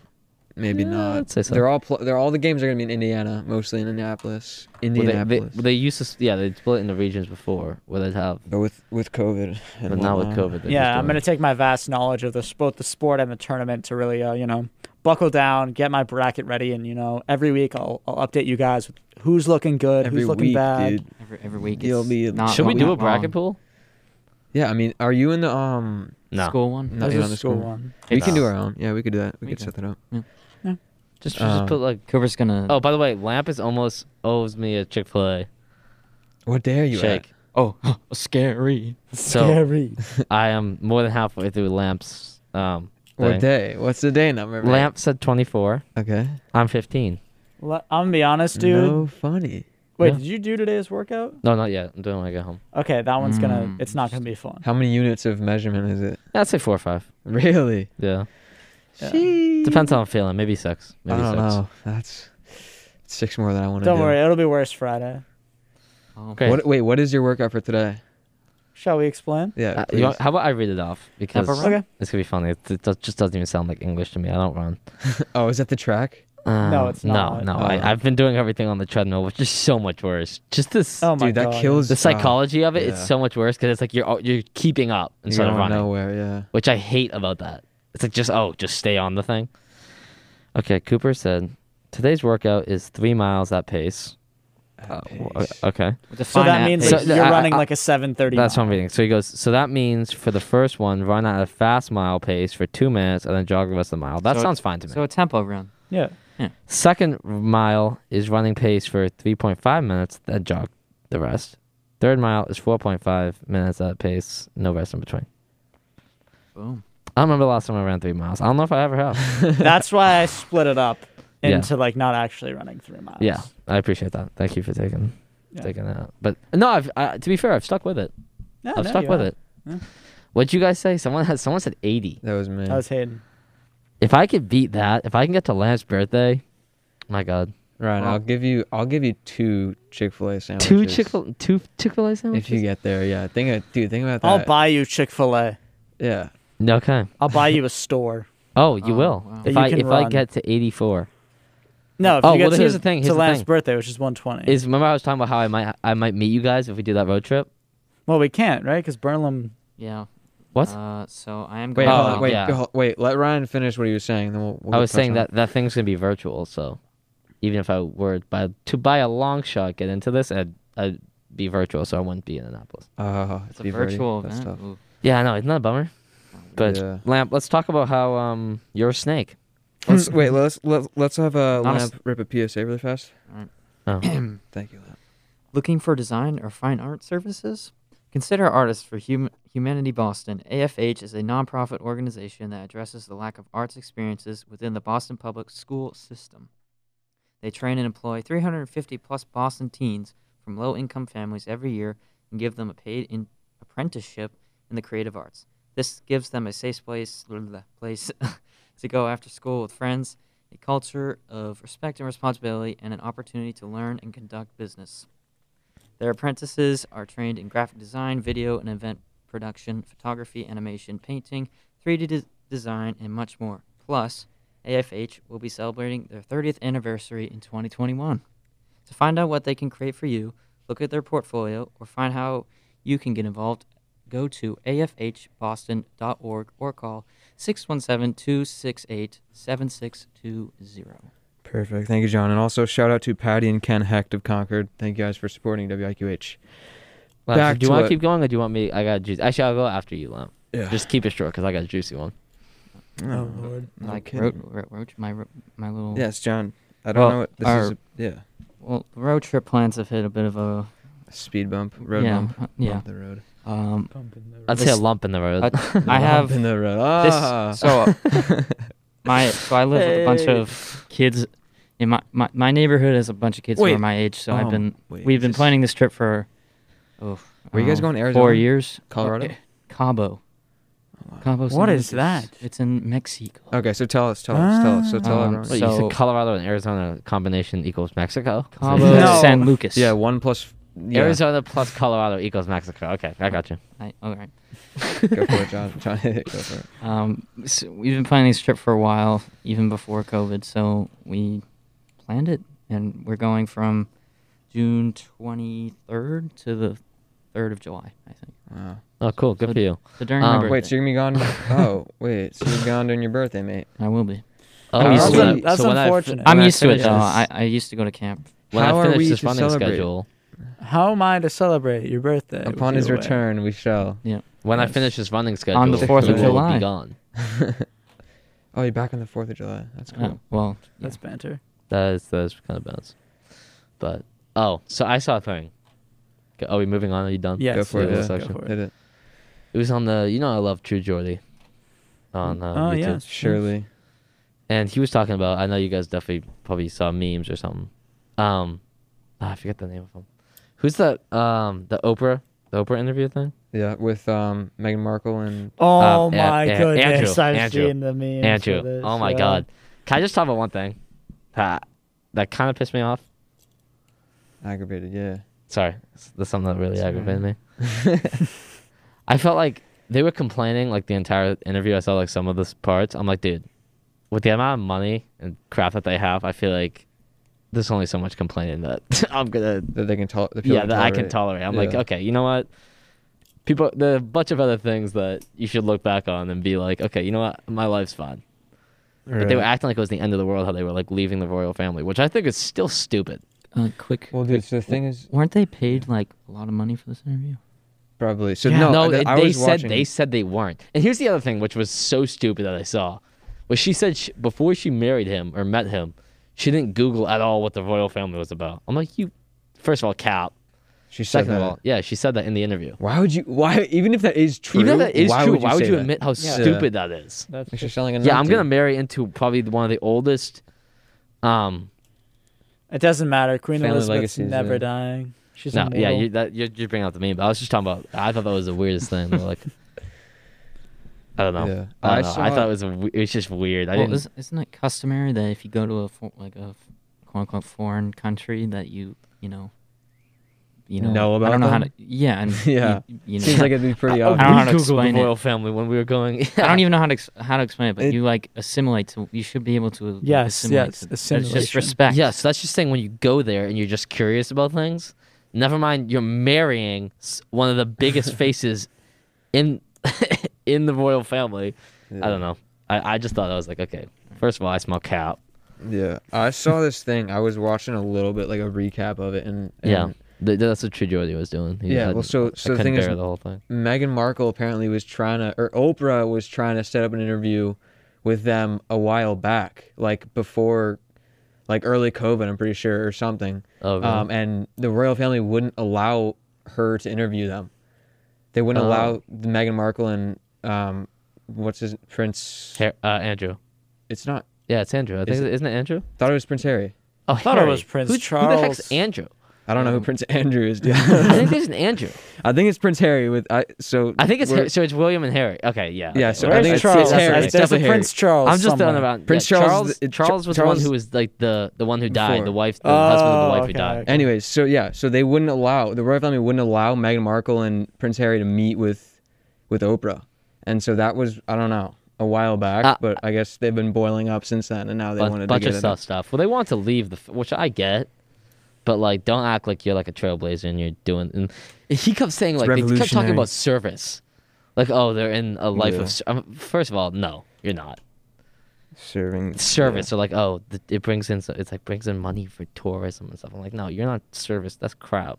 Speaker 1: Maybe
Speaker 4: Yeah,
Speaker 1: not.
Speaker 4: I'd say so.
Speaker 1: They're all pl- they're all the games are gonna be in Indiana, mostly in Indianapolis.
Speaker 4: well, they, they,
Speaker 1: Indianapolis.
Speaker 4: well, they used to, s- yeah, they split into regions before where they'd have,
Speaker 1: but with with COVID. And
Speaker 4: but now with
Speaker 1: whatnot.
Speaker 4: COVID. they're
Speaker 3: Yeah,
Speaker 4: just
Speaker 3: I'm
Speaker 4: doing
Speaker 3: going to take my vast knowledge of the, s- both the sport and the tournament to really, uh, you know, buckle down, get my bracket ready, and you know, every week I'll, I'll update you guys with who's looking good,
Speaker 1: Every
Speaker 3: who's looking
Speaker 1: week,
Speaker 3: bad.
Speaker 1: dude.
Speaker 2: every, every week.
Speaker 1: You'll
Speaker 2: It's
Speaker 1: be-
Speaker 4: it.
Speaker 2: not,
Speaker 4: Should we
Speaker 2: not
Speaker 4: do a
Speaker 2: long.
Speaker 4: bracket pool?
Speaker 1: Yeah, I mean, are you in the um?
Speaker 4: No,
Speaker 2: School one.
Speaker 1: No.
Speaker 3: There's
Speaker 1: you're
Speaker 3: a
Speaker 1: on the
Speaker 3: school
Speaker 1: school.
Speaker 3: one.
Speaker 1: We
Speaker 4: It's-
Speaker 1: can do our own. Yeah, we could do that. We,
Speaker 2: We
Speaker 1: could
Speaker 2: can.
Speaker 1: set that up.
Speaker 4: just
Speaker 1: Uh,
Speaker 4: just put like.
Speaker 2: Cooper's gonna.
Speaker 4: Oh, by the way, Lamp is almost owes me a Chick Fil A
Speaker 1: What day are you at?
Speaker 4: shake.
Speaker 2: oh, scary.
Speaker 4: So
Speaker 3: Scary.
Speaker 4: I am more than halfway through Lamp's. Um,
Speaker 1: What
Speaker 4: thing.
Speaker 1: day? What's the day number? man?
Speaker 4: Lamp said 24.
Speaker 1: Okay.
Speaker 4: I'm 15.
Speaker 3: Le- I'm gonna be honest, dude.
Speaker 1: No funny.
Speaker 3: Wait,
Speaker 4: Yeah.
Speaker 3: did you do today's workout?
Speaker 4: No, not yet. I'm doing when I get home.
Speaker 3: Okay, that one's gonna.
Speaker 2: Mm,
Speaker 3: It's not gonna be fun.
Speaker 1: How many units of measurement is it?
Speaker 4: Yeah, I'd say four or five.
Speaker 1: Really?
Speaker 4: Yeah.
Speaker 3: Yeah.
Speaker 4: Depends how I'm feeling. Maybe six.
Speaker 1: I
Speaker 4: Maybe
Speaker 1: don't
Speaker 4: six.
Speaker 1: know. That's six more than I want to do.
Speaker 3: Don't worry, it'll be worse Friday.
Speaker 2: Oh,
Speaker 4: Okay.
Speaker 1: What, wait, what is your workout for today?
Speaker 3: Shall we explain?
Speaker 1: Yeah.
Speaker 4: Uh, you want-
Speaker 1: please.
Speaker 4: how about I read it off? Because
Speaker 2: Have a run?
Speaker 3: Okay.
Speaker 4: it's going to be funny. It, it does- just doesn't even sound like English to me. I don't run.
Speaker 1: oh, is that the track?
Speaker 4: Um,
Speaker 3: it's not.
Speaker 4: No, no.
Speaker 1: Oh.
Speaker 4: I, I've been doing everything on the treadmill, which is so much worse. Just this.
Speaker 3: Oh my
Speaker 1: Dude, that
Speaker 3: God.
Speaker 1: kills
Speaker 4: the
Speaker 1: oh,
Speaker 4: psychology of it,
Speaker 1: yeah.
Speaker 4: it's so much worse because it's like you're al- you're keeping up
Speaker 1: You're
Speaker 4: instead of
Speaker 1: going
Speaker 4: running,
Speaker 1: nowhere. Yeah.
Speaker 4: which I hate about that. It's like just oh, just stay on the thing. Okay, Cooper said today's workout is three miles at pace. Uh,
Speaker 1: Oh,
Speaker 4: w-
Speaker 1: Pace.
Speaker 4: okay,
Speaker 3: So that means
Speaker 4: pace.
Speaker 3: like,
Speaker 4: So, uh,
Speaker 3: you're
Speaker 4: I- I-
Speaker 3: running like a 7:30.
Speaker 4: That's what
Speaker 3: mile.
Speaker 4: I'm reading. So he goes, so that means for the first one, run at a fast mile pace for two minutes and then jog the rest of the mile. That
Speaker 2: So-
Speaker 4: sounds fine to me.
Speaker 2: So a tempo run.
Speaker 3: Yeah.
Speaker 4: Second mile is running pace for 3.5 minutes, then jog the rest. Third mile is 4.5 minutes at pace, no rest in between.
Speaker 2: Boom.
Speaker 4: I remember the last time I ran three miles. I don't know if I ever have.
Speaker 3: That's why I split it up
Speaker 4: Yeah.
Speaker 3: into like not actually running three miles.
Speaker 4: yeah, I appreciate that. Thank you for taking
Speaker 3: Yeah.
Speaker 4: taking that. out. But no, I've I, to be fair, I've stuck with it.
Speaker 3: No,
Speaker 4: I've
Speaker 3: no,
Speaker 4: stuck
Speaker 3: you
Speaker 4: with
Speaker 3: have.
Speaker 4: it.
Speaker 3: Yeah.
Speaker 4: What'd you guys say? Someone has someone said 80.
Speaker 1: That was me.
Speaker 3: That was Hayden.
Speaker 4: If I could beat that, if I can get to Lance birthday, my god,
Speaker 1: Ryan,
Speaker 2: Wow.
Speaker 1: I'll give you. I'll give you two Chick Fil A sandwiches.
Speaker 4: two Chick two Chick Fil A sandwiches.
Speaker 1: If you get there, yeah. Think, of, dude. Think about that.
Speaker 3: I'll buy you Chick Fil A.
Speaker 1: Yeah.
Speaker 4: okay.
Speaker 3: I'll buy you a store.
Speaker 4: Oh, you
Speaker 2: Oh,
Speaker 4: will.
Speaker 2: wow.
Speaker 4: If
Speaker 3: That you
Speaker 4: I
Speaker 3: can
Speaker 4: if I
Speaker 3: run.
Speaker 4: get to 84.
Speaker 3: No, if
Speaker 4: Oh,
Speaker 3: you get
Speaker 4: well,
Speaker 3: to,
Speaker 4: here's the thing,
Speaker 3: to
Speaker 4: here's the
Speaker 3: Lance's
Speaker 4: thing.
Speaker 3: birthday, which is 120.
Speaker 4: Is remember I was talking about how I might I might meet you guys if we do that road trip.
Speaker 3: well, we can't, right? Because Burnham.
Speaker 2: Yeah.
Speaker 4: What?
Speaker 2: Uh, so I am
Speaker 1: Wait.
Speaker 2: going.
Speaker 4: Oh,
Speaker 1: hold on, wait.
Speaker 4: yeah.
Speaker 1: go- Wait. Let Ryan finish what he was saying. Then we'll. we'll
Speaker 4: I was
Speaker 1: touch
Speaker 4: saying
Speaker 1: on
Speaker 4: that that thing's gonna be virtual, so even if I were by to buy a long shot get into this, I'd I'd be virtual, so I wouldn't be in Annapolis.
Speaker 1: it. Oh,
Speaker 2: It's a
Speaker 1: you've already-
Speaker 2: virtual
Speaker 1: that's
Speaker 2: event.
Speaker 1: tough.
Speaker 2: Ooh.
Speaker 4: Yeah, I know, isn't that a bummer? But
Speaker 1: Yeah.
Speaker 4: Lamp, let's talk about how um you're a snake.
Speaker 1: Let's wait. Let's let, let's have a
Speaker 2: Not a
Speaker 1: lamp rip a PSA really fast.
Speaker 4: Oh.
Speaker 1: Thank you, lamp.
Speaker 2: Looking for design or fine art services? Consider Artists for Hum- Humanity Boston. AFH is a nonprofit organization that addresses the lack of arts experiences within the Boston public school system. They train and employ 350 plus Boston teens from low income families every year and give them a paid in- apprenticeship in the creative arts. This gives them a safe place, place to go after school with friends, a culture of respect and responsibility, and an opportunity to learn and conduct business. Their apprentices are trained in graphic design, video and event production, photography, animation, painting, 3D de- design, and much more. Plus, AFH will be celebrating their 30th anniversary in 2021. To find out what they can create for you, look at their portfolio or find how you can get involved. Go to afhboston.org or call 617 268 7620.
Speaker 1: Perfect. Thank you, John. And also shout out to Patty and Ken Hecht of Concord. Thank you guys for supporting WIQH.
Speaker 4: Lamp,
Speaker 1: Back
Speaker 4: do you
Speaker 1: to
Speaker 4: want
Speaker 1: it.
Speaker 4: to keep going or do you want me? I got a juice. Actually, I'll go after you, Lamp.
Speaker 1: Yeah.
Speaker 4: Just keep it short because I got a juicy one.
Speaker 1: no, no
Speaker 2: Like
Speaker 1: kidding.
Speaker 2: ro- ro- ro- my, ro- my little.
Speaker 1: Yes, John. I don't
Speaker 2: Well,
Speaker 1: know what this
Speaker 2: our-
Speaker 1: is. a- yeah.
Speaker 2: Well, the road trip plans have hit a bit of a
Speaker 1: speed bump, road
Speaker 2: yeah,
Speaker 1: bump.
Speaker 2: uh, yeah.
Speaker 1: Bump the road.
Speaker 2: Um,
Speaker 4: I'd say a lump in the road.
Speaker 2: I, I have
Speaker 1: Bump in the road. Ah!
Speaker 2: this. So my so I live with a bunch
Speaker 4: Hey.
Speaker 2: of kids. In my, my my neighborhood has a bunch of kids who
Speaker 1: Wait.
Speaker 2: are my age, so I've
Speaker 1: Oh,
Speaker 2: been
Speaker 1: wait,
Speaker 2: we've
Speaker 1: is
Speaker 2: been
Speaker 1: this-
Speaker 2: planning this trip for. Oh,
Speaker 1: Were you guys going
Speaker 2: um,
Speaker 1: to
Speaker 2: Four
Speaker 1: Arizona?
Speaker 2: years,
Speaker 1: Colorado? Oh,
Speaker 2: Uh, Cabo. Cabo. San
Speaker 3: What is
Speaker 2: Lucas.
Speaker 3: that?
Speaker 2: It's in Mexico.
Speaker 1: Okay, so tell us, tell us, tell us. So tell
Speaker 2: Um,
Speaker 1: everyone.
Speaker 4: Wait, you
Speaker 2: so-
Speaker 4: said Colorado and Arizona combination equals Mexico?
Speaker 2: Cabo
Speaker 3: No.
Speaker 2: San Lucas.
Speaker 1: yeah, one plus. Yeah.
Speaker 4: Arizona plus Colorado equals Mexico. Okay, I got you.
Speaker 2: I, all right.
Speaker 1: Go for it, John. John, go for it.
Speaker 2: Um, so we've been planning this trip for a while, even before COVID. So we planned it, and we're going from June 23rd to the 3rd of July, I think.
Speaker 1: Wow.
Speaker 4: Oh, cool. Good
Speaker 2: So-
Speaker 4: for you.
Speaker 2: So during my
Speaker 4: Um,
Speaker 2: birthday,
Speaker 1: Wait, so you're gonna be gone? oh, wait, so you're gone during your birthday, mate.
Speaker 2: I will be.
Speaker 4: Oh,
Speaker 1: That's
Speaker 4: so when
Speaker 1: un-
Speaker 4: I-
Speaker 3: that's
Speaker 4: so when I fi-
Speaker 3: unfortunate.
Speaker 4: when
Speaker 2: I'm
Speaker 4: I
Speaker 2: used to it
Speaker 4: finish
Speaker 2: though.
Speaker 4: this-
Speaker 2: I, I used to go to camp.
Speaker 4: when
Speaker 1: How
Speaker 4: I
Speaker 1: are
Speaker 4: finish
Speaker 1: we
Speaker 4: this
Speaker 1: to
Speaker 4: running
Speaker 1: celebrate?
Speaker 4: schedule,
Speaker 3: How am I to celebrate your birthday?
Speaker 1: Upon
Speaker 3: with
Speaker 1: his
Speaker 3: you away?
Speaker 1: return, we shall.
Speaker 4: when I
Speaker 3: Yes.
Speaker 4: finish this running schedule,
Speaker 2: the 4th
Speaker 1: of
Speaker 4: you will
Speaker 2: July.
Speaker 4: be gone.
Speaker 1: oh, you're back on the Fourth of July. That's cool.
Speaker 4: Oh,
Speaker 2: Uh, well, yeah.
Speaker 3: That's banter.
Speaker 4: That is that is kind of bad. But oh, so I saw a thing. Okay, Are we moving on? Are you done?
Speaker 3: Yes,
Speaker 1: Go for it,
Speaker 4: yeah.
Speaker 1: yeah.
Speaker 4: Section.
Speaker 3: Go for it.
Speaker 1: Did it?
Speaker 4: It was on the. You know, I love True Jordy. On uh,
Speaker 3: Oh,
Speaker 4: YouTube.
Speaker 3: yes.
Speaker 1: Surely.
Speaker 4: And he was talking about. I know you guys definitely probably saw memes or something. Um, ah, I forget the name of him. Who's the um the Oprah the Oprah interview thing?
Speaker 1: Yeah, with um Meghan Markle and
Speaker 3: Oh
Speaker 4: Um, An-
Speaker 3: my
Speaker 4: An-
Speaker 3: goodness!
Speaker 4: Andrew,
Speaker 3: I've
Speaker 4: Andrew,
Speaker 3: seen the memes.
Speaker 4: Andrew.
Speaker 3: for this,
Speaker 4: oh my
Speaker 3: yeah.
Speaker 4: God. Can I just talk about one thing? That that kind of pissed me off.
Speaker 1: aggravated. Yeah.
Speaker 4: Sorry, s- that's something that really
Speaker 1: It's
Speaker 4: aggravated me. I felt like they were complaining like the entire interview. I saw like some of the s- parts. I'm like, dude, with the amount of money and crap that they have, I feel like there's only so much complaining that I'm gonna
Speaker 1: That they can talk. The people
Speaker 4: yeah that I can
Speaker 1: tolerate.
Speaker 4: tolerate. I'm like, "Oh,
Speaker 1: Yeah.
Speaker 4: okay, you know what? People, there are a bunch of other things that you should look back on and be like, okay, you know what? My life's fine. But they were
Speaker 1: Right.
Speaker 4: acting like it was the end of the world how they were like leaving the royal family, which I think is still stupid.
Speaker 2: uh, quick.
Speaker 1: Well, dude, so the thing is
Speaker 2: weren't they paid like a lot of money for this interview?
Speaker 1: probably so.
Speaker 3: Yeah.
Speaker 1: No,
Speaker 4: no,
Speaker 1: I-
Speaker 4: it-
Speaker 1: I
Speaker 4: they
Speaker 1: was
Speaker 4: said
Speaker 1: watching.
Speaker 4: they said they weren't. And here's the other thing, which was so stupid that I saw, was she said she, before she married him or met him, she didn't Google at all what the royal family was about. I'm like, you, first of all, cap.
Speaker 1: She said
Speaker 4: Second
Speaker 1: that.
Speaker 4: of all, yeah, she said that in the interview.
Speaker 1: Why would you? Why even if that is true?
Speaker 4: Even if that is true, why would
Speaker 1: say
Speaker 4: you
Speaker 1: that?
Speaker 4: admit how
Speaker 1: Yeah.
Speaker 4: stupid that is?
Speaker 3: That's
Speaker 1: Makes
Speaker 3: just-
Speaker 1: you sound like a
Speaker 4: Yeah, I'm
Speaker 1: nut,
Speaker 4: gonna
Speaker 1: dude.
Speaker 4: marry into probably one of the oldest. Um,
Speaker 3: it doesn't matter. Queen
Speaker 1: Family
Speaker 3: Elizabeth's
Speaker 1: legacies,
Speaker 3: never
Speaker 1: yeah.
Speaker 3: dying. She's
Speaker 4: no, yeah,
Speaker 3: immortal.
Speaker 4: you, that, you're, you're bringing up the meme, but I was just talking about. I thought that was the weirdest thing. They're like, I don't know.
Speaker 1: Yeah.
Speaker 4: I,
Speaker 1: I
Speaker 4: don't know.
Speaker 1: saw
Speaker 4: I
Speaker 1: it.
Speaker 4: thought it was a, we- it was just weird. I
Speaker 2: Well,
Speaker 4: didn't.
Speaker 2: is, isn't it customary that if you go to a for, like a f- quote unquote foreign country that you you know you know,
Speaker 1: Know
Speaker 2: I
Speaker 1: about
Speaker 2: don't know how
Speaker 1: them?
Speaker 2: to yeah and
Speaker 1: Yeah.
Speaker 2: you, you know,
Speaker 1: Seems like it'd be pretty
Speaker 2: I don't
Speaker 1: obvious.
Speaker 2: know how to
Speaker 4: Googled
Speaker 2: explain
Speaker 4: Oh, the
Speaker 2: it.
Speaker 4: royal family when we were going.
Speaker 2: I don't even know how to ex- how to explain it, but
Speaker 1: It-
Speaker 2: you like assimilate to. You should be able to. like,
Speaker 3: Yes,
Speaker 2: assimilate
Speaker 3: yes,
Speaker 2: to- It's just
Speaker 3: assimilation.
Speaker 2: respect.
Speaker 4: Yeah, so that's just saying when you go there and you're just curious about things. Never mind, you're marrying s- one of the biggest faces in in the royal family. I don't know. I, I just thought I was like, okay. First of all, I smell cap.
Speaker 1: Yeah, I saw this thing. I was watching a little bit, like a recap of it, and, and
Speaker 4: Yeah, Th- that's what True Jordy was doing. He
Speaker 1: Yeah,
Speaker 4: had-
Speaker 1: well, so-
Speaker 4: I
Speaker 1: so the
Speaker 4: couldn't
Speaker 1: thing is-
Speaker 4: bear the whole thing.
Speaker 1: Meghan Markle apparently was trying to, or Oprah was trying to set up an interview with them a while back, like before, like early COVID, I'm pretty sure, or something.
Speaker 4: Oh, really?
Speaker 1: Um, and the royal family wouldn't allow her to interview them. They wouldn't
Speaker 4: Oh.
Speaker 1: allow Meghan Markle and um, what's his Prince?
Speaker 4: Har- uh, Andrew.
Speaker 1: It's not.
Speaker 4: Yeah, it's Andrew. I think
Speaker 1: Is
Speaker 4: is isn't it Andrew?
Speaker 1: Thought it was Prince Harry.
Speaker 4: Oh,
Speaker 3: thought it was Prince
Speaker 4: who, Who the heck's
Speaker 3: Charles.
Speaker 4: Andrew?
Speaker 1: I don't know
Speaker 4: Um,
Speaker 1: who Prince Andrew is. Dude.
Speaker 4: I think there's an Andrew.
Speaker 1: I think it's Prince Harry with I. So
Speaker 4: I think it's
Speaker 1: we're-
Speaker 4: Har- so it's William and Harry. Okay, yeah.
Speaker 1: Yeah,
Speaker 4: okay,
Speaker 1: so I
Speaker 4: we're-
Speaker 1: think
Speaker 3: Where's
Speaker 1: it's- it's
Speaker 3: Charles?
Speaker 1: Harry.
Speaker 3: There's
Speaker 1: It's
Speaker 3: there's a
Speaker 1: definitely Harry.
Speaker 3: Prince Charles.
Speaker 4: I'm just throwing
Speaker 3: somewhere.
Speaker 4: around.
Speaker 1: Prince
Speaker 4: yeah,
Speaker 1: Charles-
Speaker 4: Charles,
Speaker 1: it- Ch-
Speaker 4: Charles was the one
Speaker 1: Charles-
Speaker 4: who was like the the one who died. The
Speaker 1: Before.
Speaker 4: wife, the husband of the
Speaker 3: Oh,
Speaker 4: wife who
Speaker 3: okay,
Speaker 4: died.
Speaker 3: okay.
Speaker 1: Anyways, so yeah, so they wouldn't allow the royal family wouldn't allow Meghan Markle and Prince Harry to meet with, with Oprah, and so that was I don't know a while back,
Speaker 4: Uh,
Speaker 1: but I guess they've been boiling up since then, and now they
Speaker 4: Bun-
Speaker 1: wanted
Speaker 4: bunch
Speaker 1: to get
Speaker 4: of
Speaker 1: it
Speaker 4: stuff stuff. Well, they want to leave the, f- which I get, but like, don't act like you're like a trailblazer and you're doing. And he kept saying like they kept
Speaker 1: revolutionary.
Speaker 4: talking about service, like oh they're in a life
Speaker 1: Yeah.
Speaker 4: of. ser- Um, first of all, no, you're not
Speaker 1: serving
Speaker 4: service. So like oh th- it brings in so it's like brings in money for tourism and stuff. I'm like no, you're not service. That's crap.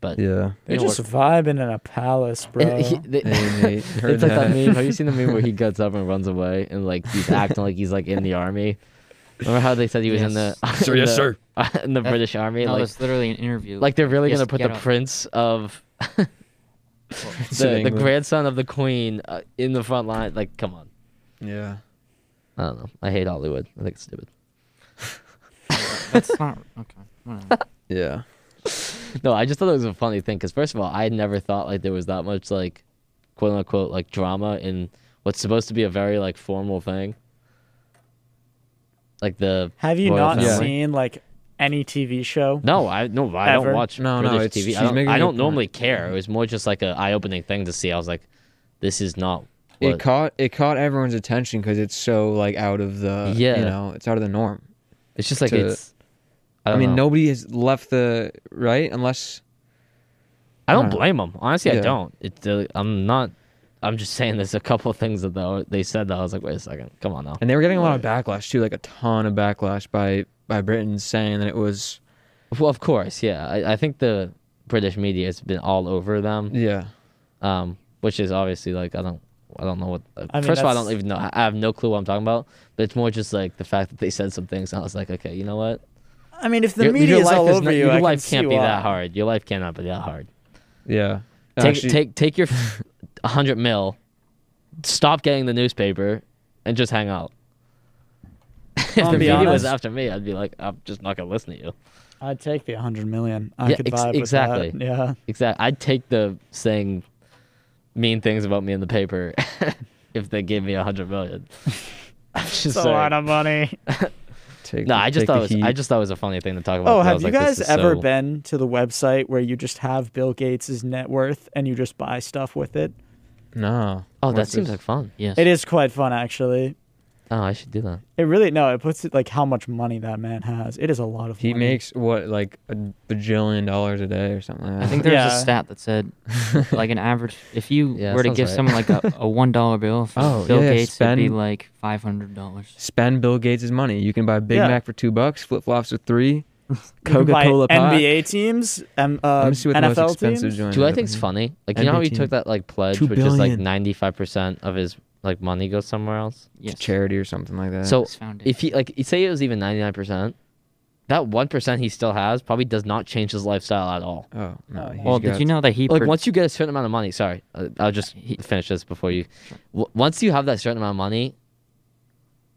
Speaker 4: But
Speaker 1: Yeah,
Speaker 3: They're
Speaker 4: You know,
Speaker 3: just vibing in a palace, bro.
Speaker 4: And he- they-
Speaker 1: Hey, mate, heard
Speaker 4: it's like that
Speaker 1: that.
Speaker 4: meme. Have you seen the meme where he gets up and runs away and like he's acting like he's like in the army? Remember how they said he was in the
Speaker 1: Sir,
Speaker 4: in
Speaker 1: yes,
Speaker 4: the-
Speaker 1: sir.
Speaker 4: in the
Speaker 2: That's-
Speaker 4: British Army?
Speaker 2: No,
Speaker 4: like,
Speaker 2: it's literally an interview.
Speaker 4: like they're really
Speaker 2: Yes,
Speaker 4: gonna put
Speaker 2: get
Speaker 4: the
Speaker 2: up.
Speaker 4: prince of
Speaker 1: It's in
Speaker 4: the, the
Speaker 1: England.
Speaker 4: grandson of the queen uh, in the front line. Like, come on.
Speaker 1: Yeah.
Speaker 4: I don't know. I hate Hollywood. I think it's stupid.
Speaker 2: that's not okay. Whatever.
Speaker 1: Yeah.
Speaker 4: No, I just thought it was a funny thing because first of all, I had never thought like there was that much like, quote unquote, like drama in what's supposed to be a very like formal thing. Like the
Speaker 3: Have you
Speaker 4: royal
Speaker 3: not
Speaker 4: family.
Speaker 1: Yeah.
Speaker 3: seen like any TV show?
Speaker 4: No, I no, I
Speaker 3: Ever?
Speaker 4: don't watch
Speaker 1: No, no,
Speaker 4: British
Speaker 1: it's-
Speaker 4: TV.
Speaker 1: she's
Speaker 4: I don't,
Speaker 1: making
Speaker 4: I
Speaker 1: a
Speaker 4: don't
Speaker 1: point.
Speaker 4: normally care. It was more just like a eye opening thing to see. I was like, this is not. What,
Speaker 1: It caught it caught everyone's attention because it's so like out of the
Speaker 4: Yeah.
Speaker 1: you know it's out of the norm.
Speaker 4: it's just like
Speaker 1: to-
Speaker 4: it's. I,
Speaker 1: I,
Speaker 4: don't
Speaker 1: mean
Speaker 4: know.
Speaker 1: nobody has left the right unless
Speaker 4: I don't
Speaker 1: Alright.
Speaker 4: blame them. Honestly, I
Speaker 1: uh, Yeah.
Speaker 4: don't. It's uh, I'm not. I'm just saying there's a couple of things that though they said that I was like, wait a second, come on now.
Speaker 1: and they were getting a lot of backlash too, like a ton of backlash by by Britain saying that it was
Speaker 4: Well, of course, yeah. I, I think the British media has been all over them,
Speaker 1: yeah
Speaker 4: um, which is obviously like I don't. I don't know what. uh,
Speaker 3: I mean,
Speaker 4: first of all, I
Speaker 3: that's-
Speaker 4: don't even know. I I have no clue what I'm talking about. But it's more just like the fact that they said some things, and I was like, okay, you know what?
Speaker 3: I mean, if the
Speaker 4: Your-
Speaker 3: media
Speaker 4: your
Speaker 3: is
Speaker 4: life
Speaker 3: all
Speaker 4: is
Speaker 3: over
Speaker 4: not-
Speaker 3: you,
Speaker 4: Your
Speaker 3: I
Speaker 4: life
Speaker 3: can
Speaker 4: can't
Speaker 3: see
Speaker 4: be
Speaker 3: why.
Speaker 4: that hard. Your life cannot be that hard.
Speaker 1: yeah.
Speaker 4: Take
Speaker 1: Actually-
Speaker 4: take take your hundred mil, stop getting the newspaper, and just hang out. if the
Speaker 3: I'll be
Speaker 4: media was
Speaker 3: honest.
Speaker 4: after me, I'd be like, I'm just not gonna listen to you.
Speaker 3: I'd take the 100 million. I
Speaker 4: Yeah,
Speaker 3: could
Speaker 4: ex-
Speaker 3: vibe
Speaker 4: exactly.
Speaker 3: With that. Yeah.
Speaker 4: Exactly. I'd take the saying mean things about me in the paper if they gave me a hundred million. I'm just
Speaker 3: It's a
Speaker 4: saying.
Speaker 3: lot of money.
Speaker 1: Take
Speaker 4: no,
Speaker 1: the-
Speaker 4: I just
Speaker 1: take the
Speaker 4: thought it was,
Speaker 1: heat.
Speaker 4: I just thought it was a funny thing to talk about.
Speaker 3: Oh,
Speaker 4: 'cause I
Speaker 3: have
Speaker 4: was
Speaker 3: you
Speaker 4: like, this
Speaker 3: guys
Speaker 4: is
Speaker 3: ever
Speaker 4: so-
Speaker 3: been to the website where you just have Bill Gates' net worth and you just buy stuff with it?
Speaker 1: no.
Speaker 4: Oh, that
Speaker 1: What's
Speaker 4: seems
Speaker 1: this?
Speaker 4: like fun.
Speaker 2: yes.
Speaker 3: It is quite fun, actually.
Speaker 4: Oh, I should do that.
Speaker 3: It really no, it puts it like how much money that man has. It is a lot of
Speaker 1: he
Speaker 3: money.
Speaker 1: makes what like a bajillion dollars a day or something. Like that.
Speaker 2: I think there was
Speaker 3: Yeah.
Speaker 2: a stat that said, like an average, if you
Speaker 4: Yeah,
Speaker 2: were to
Speaker 4: sounds
Speaker 2: give
Speaker 4: right.
Speaker 2: someone like a, a one dollar bill for
Speaker 1: Oh,
Speaker 2: Bill
Speaker 1: yeah,
Speaker 2: Gates, it'd be
Speaker 1: spend-
Speaker 2: like five hundred dollars.
Speaker 1: spend Bill Gates' money. You can buy a Big
Speaker 3: Yeah.
Speaker 1: Mac for two bucks, flip flops for three,
Speaker 3: You can
Speaker 1: Coca
Speaker 3: buy
Speaker 1: Cola pie.
Speaker 3: NBA teams, M- uh,
Speaker 1: Let me see what the most
Speaker 3: NFL
Speaker 1: expensive
Speaker 3: teams.
Speaker 1: joint
Speaker 4: Do I
Speaker 1: is.
Speaker 4: think it's funny? Like you know how he took
Speaker 1: NBT.
Speaker 4: that like pledge,
Speaker 1: Two
Speaker 4: which is like
Speaker 1: billion.
Speaker 4: ninety five percent of his like money goes somewhere else.
Speaker 1: to
Speaker 2: Yes.
Speaker 1: charity or something like that.
Speaker 4: So
Speaker 2: It's founded.
Speaker 4: if he like say it was even ninety nine percent, that one percent he still has probably does not change his lifestyle at all.
Speaker 1: oh no, he's
Speaker 2: well, did
Speaker 1: got-
Speaker 2: you know that he
Speaker 4: Like
Speaker 2: per-
Speaker 4: once you get a certain amount of money, sorry, uh, I'll just
Speaker 2: He-
Speaker 4: finish this before you. W- once you have that certain amount of money,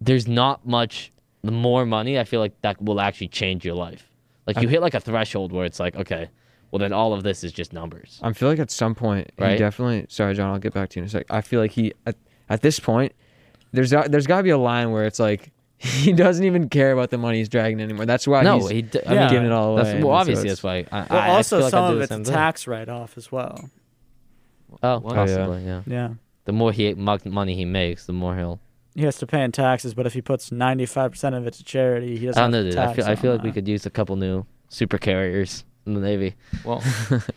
Speaker 4: there's not much more money. I feel like that will actually change your life. Like you hit like a threshold where it's like, okay, well then all of this is just numbers.
Speaker 1: I feel like at some point
Speaker 4: Right?
Speaker 1: he definitely. Sorry, John. I'll get back to you in a sec. I feel like he at, at this point there's got- there's got to be a line where it's like he doesn't even care about the money he's dragging anymore. That's why
Speaker 4: No,
Speaker 1: he's
Speaker 4: he. d- I
Speaker 3: Yeah.
Speaker 4: mean,
Speaker 1: giving it all away.
Speaker 4: That's,
Speaker 1: and
Speaker 4: well,
Speaker 1: so
Speaker 4: obviously,
Speaker 1: it's-
Speaker 4: that's why. I,
Speaker 3: Well,
Speaker 4: I, I
Speaker 3: also
Speaker 4: feel like
Speaker 3: some
Speaker 4: I do
Speaker 3: of
Speaker 4: the
Speaker 3: it's
Speaker 4: same
Speaker 3: a
Speaker 4: thing.
Speaker 3: tax write-off as well.
Speaker 4: Oh,
Speaker 2: What?
Speaker 4: possibly, yeah.
Speaker 3: Yeah,
Speaker 4: The more he mo- money he makes, the more he'll.
Speaker 3: he has to pay in taxes, but if he puts ninety-five percent of it to charity, he
Speaker 4: I
Speaker 3: doesn't.
Speaker 4: don't know,
Speaker 3: have to
Speaker 4: dude. I
Speaker 3: tax
Speaker 4: feel, I
Speaker 3: on
Speaker 4: feel like we
Speaker 3: that.
Speaker 4: could use a couple new super carriers in the Navy.
Speaker 2: well,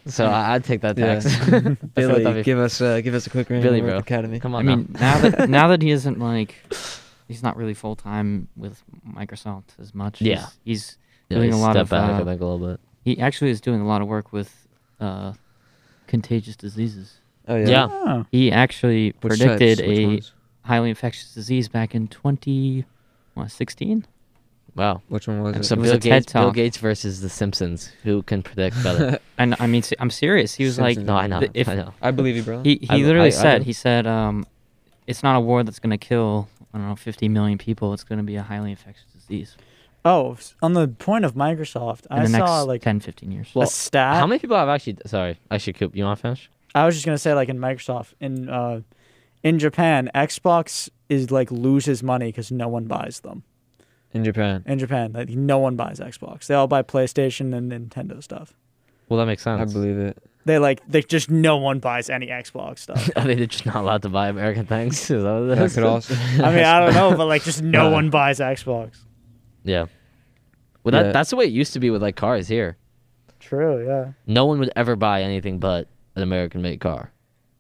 Speaker 4: So I, I'd take that
Speaker 1: Yeah.
Speaker 4: tax. I feel like
Speaker 1: Billy,
Speaker 4: that'd be-
Speaker 1: give us uh, give us a quick ring.
Speaker 4: Billy,
Speaker 1: we're at
Speaker 4: bro.
Speaker 1: the Academy.
Speaker 4: Come
Speaker 2: I
Speaker 4: on. now.
Speaker 2: mean, now that now that he isn't like, he's not really full time with Microsoft as much.
Speaker 4: Yeah.
Speaker 2: he's, he's
Speaker 4: Yeah,
Speaker 2: doing a
Speaker 4: you
Speaker 2: lot
Speaker 4: step
Speaker 2: of,
Speaker 4: back, I
Speaker 2: uh,
Speaker 4: think a little bit.
Speaker 2: he actually is doing a lot of work with uh, contagious diseases.
Speaker 1: Oh
Speaker 4: Yeah.
Speaker 3: Oh,
Speaker 2: He actually
Speaker 1: Which
Speaker 2: predicted
Speaker 1: types? Which
Speaker 2: a
Speaker 1: ones?
Speaker 2: highly infectious disease back in 2016.
Speaker 4: Wow.
Speaker 1: Which one was it?
Speaker 4: So
Speaker 2: It was
Speaker 4: Bill
Speaker 2: a TED
Speaker 4: Gates, Bill
Speaker 2: Talk.
Speaker 4: Gates versus the Simpsons. Who can predict better?
Speaker 2: And I mean, se- I'm serious. He was like,
Speaker 1: Simpsons.
Speaker 4: no, I know.
Speaker 2: The- if-
Speaker 4: I know.
Speaker 1: I believe you, bro.
Speaker 2: he, he
Speaker 4: I-
Speaker 2: literally
Speaker 4: I- I
Speaker 2: said,
Speaker 4: do.
Speaker 2: he said, um, it's not a war that's going to kill, I don't know, 50 million people. It's going to be a highly infectious disease
Speaker 3: oh. s- On the point of Microsoft,
Speaker 2: in
Speaker 3: I
Speaker 2: the
Speaker 3: saw
Speaker 2: next
Speaker 3: like
Speaker 2: 10, 15 years.
Speaker 3: a
Speaker 4: Well,
Speaker 3: stat.
Speaker 4: How many people have actually? Sorry, actually, Coop, you want to finish?
Speaker 3: I was just gonna say like in Microsoft in uh, in Japan, Xbox is like loses money because no one buys them
Speaker 1: in Japan.
Speaker 3: in Japan. Like no one buys Xbox. They all buy PlayStation and Nintendo stuff.
Speaker 4: Well, that makes sense.
Speaker 1: I believe it.
Speaker 3: They like they just no one buys any Xbox stuff.
Speaker 4: Are they just not allowed to buy American things? Is that what it
Speaker 1: That
Speaker 4: is?
Speaker 1: could also.
Speaker 3: I mean, I don't know, but like just no
Speaker 4: Yeah.
Speaker 3: one buys Xbox.
Speaker 4: Yeah. Well, that,
Speaker 1: Yeah.
Speaker 4: that's the way it used to be with like cars here.
Speaker 3: True, yeah.
Speaker 4: No one would ever buy anything but an American-made car.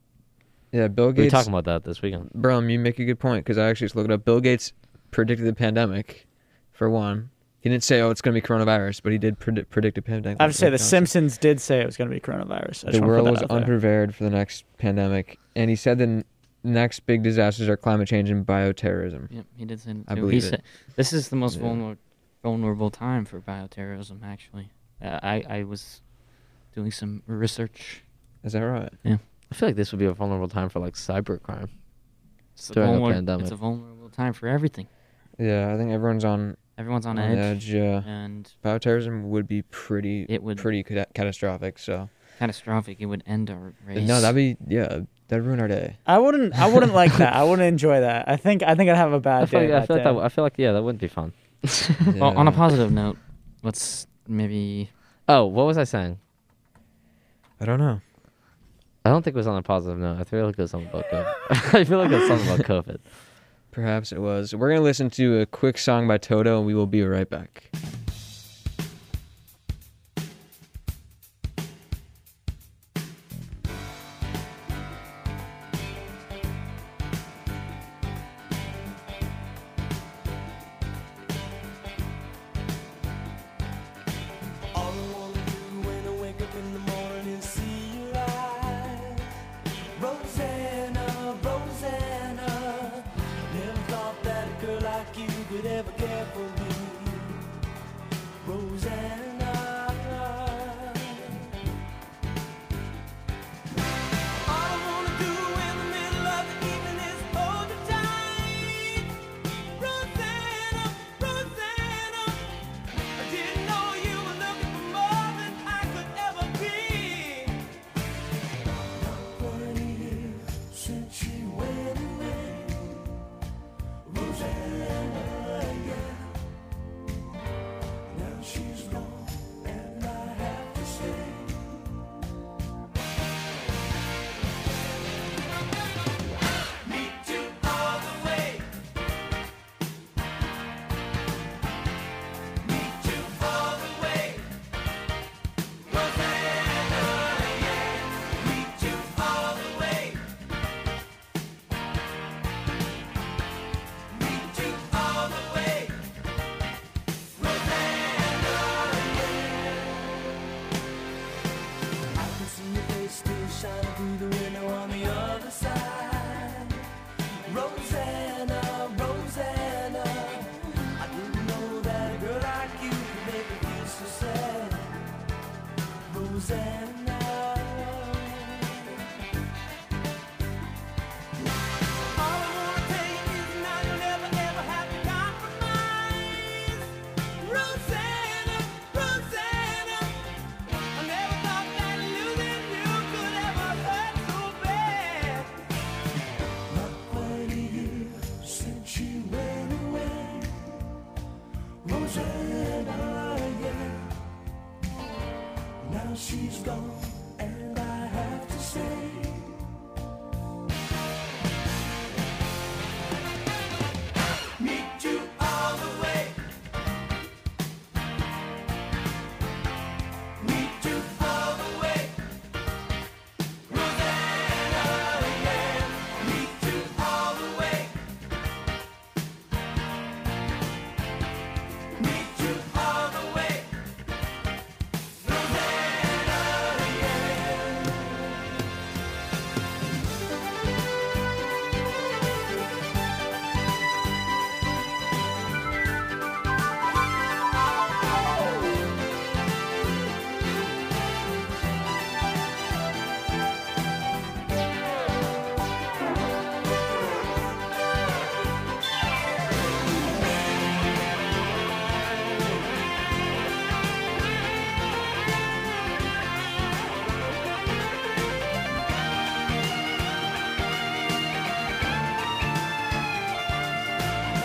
Speaker 1: Yeah, Bill
Speaker 4: We were
Speaker 1: Gates.
Speaker 4: talking about that this weekend.
Speaker 1: Brum, you make a good point because I actually just looked it up. Bill Gates predicted the pandemic, for one. He didn't say, "Oh, it's going to be coronavirus," but he did predict, predict a pandemic.
Speaker 3: I have to say, The
Speaker 1: Like, uh,
Speaker 3: Simpsons did say it was going to be coronavirus. I just
Speaker 1: The
Speaker 3: wanna put
Speaker 1: world
Speaker 3: that
Speaker 1: was
Speaker 3: out there.
Speaker 1: unprepared for the next pandemic, and he said that next big disasters are climate change and bioterrorism.
Speaker 2: Yep, he did say that
Speaker 1: I
Speaker 2: too. he
Speaker 1: believe it.
Speaker 2: said, this is the most
Speaker 1: Yeah.
Speaker 2: vulnerable, vulnerable time for bioterrorism, actually. Uh, I, I was doing some research.
Speaker 1: Is that right?
Speaker 4: I feel like this would be a vulnerable time for like cybercrime.
Speaker 2: It's a,
Speaker 4: During a
Speaker 2: vulner-
Speaker 4: pandemic.
Speaker 2: it's a vulnerable time for everything.
Speaker 1: Yeah, I think everyone's on,
Speaker 2: Everyone's on
Speaker 1: on
Speaker 2: edge.
Speaker 1: edge. Yeah,
Speaker 2: And
Speaker 1: bioterrorism would be pretty
Speaker 2: it would
Speaker 1: pretty ca- catastrophic. So
Speaker 2: catastrophic. It would end our race.
Speaker 1: no, that'd be yeah, that'd ruin our day.
Speaker 3: I wouldn't. I wouldn't like that. I wouldn't enjoy that. I think. I think I'd have a bad
Speaker 4: I feel,
Speaker 3: day.
Speaker 4: like, I,
Speaker 3: that
Speaker 4: feel like
Speaker 3: day.
Speaker 4: that, I feel like yeah, that wouldn't be fun.
Speaker 2: well, on a
Speaker 1: Yeah.
Speaker 2: positive note, let's maybe
Speaker 4: Oh, what was I saying?
Speaker 1: I don't know.
Speaker 4: I don't think it was on a positive note. I feel like it was something about COVID. I feel like it was something about COVID.
Speaker 1: Perhaps it was. We're gonna listen to a quick song by Toto, and we will be right back.
Speaker 5: All I wanna do when I wake up in the morning is see you rise. Rosanna, Rosanna, never thought that a girl like you could ever care for me. Rosanna. All I wanna do in the middle of the evening is hold you tight. Rosanna, Rosanna, I didn't know you were looking for more than I could ever be. What is since you went away, Rosanna? Now she's gone, and I have to stay. Meet you all the way. Meet you all the way, Rosanna. Yeah, meet you all the way. Meet you all the way, Rosanna. Yeah, I can see your face still shining through the window on the other side, Rosanna, Rosanna. I didn't know that a girl like you could make me feel so sad. Rosanna. All I wanna tell you is now you'll never ever have to compromise. Rosanna, Rosanna. I never thought that losing you could ever hurt so bad. Not quite a year since you went away. Rosanna, yeah. Now she's gone, and I have to say, meet you all the way. Meet you all the way. Rosanna, yeah. Meet you all the way. Meet you all the way.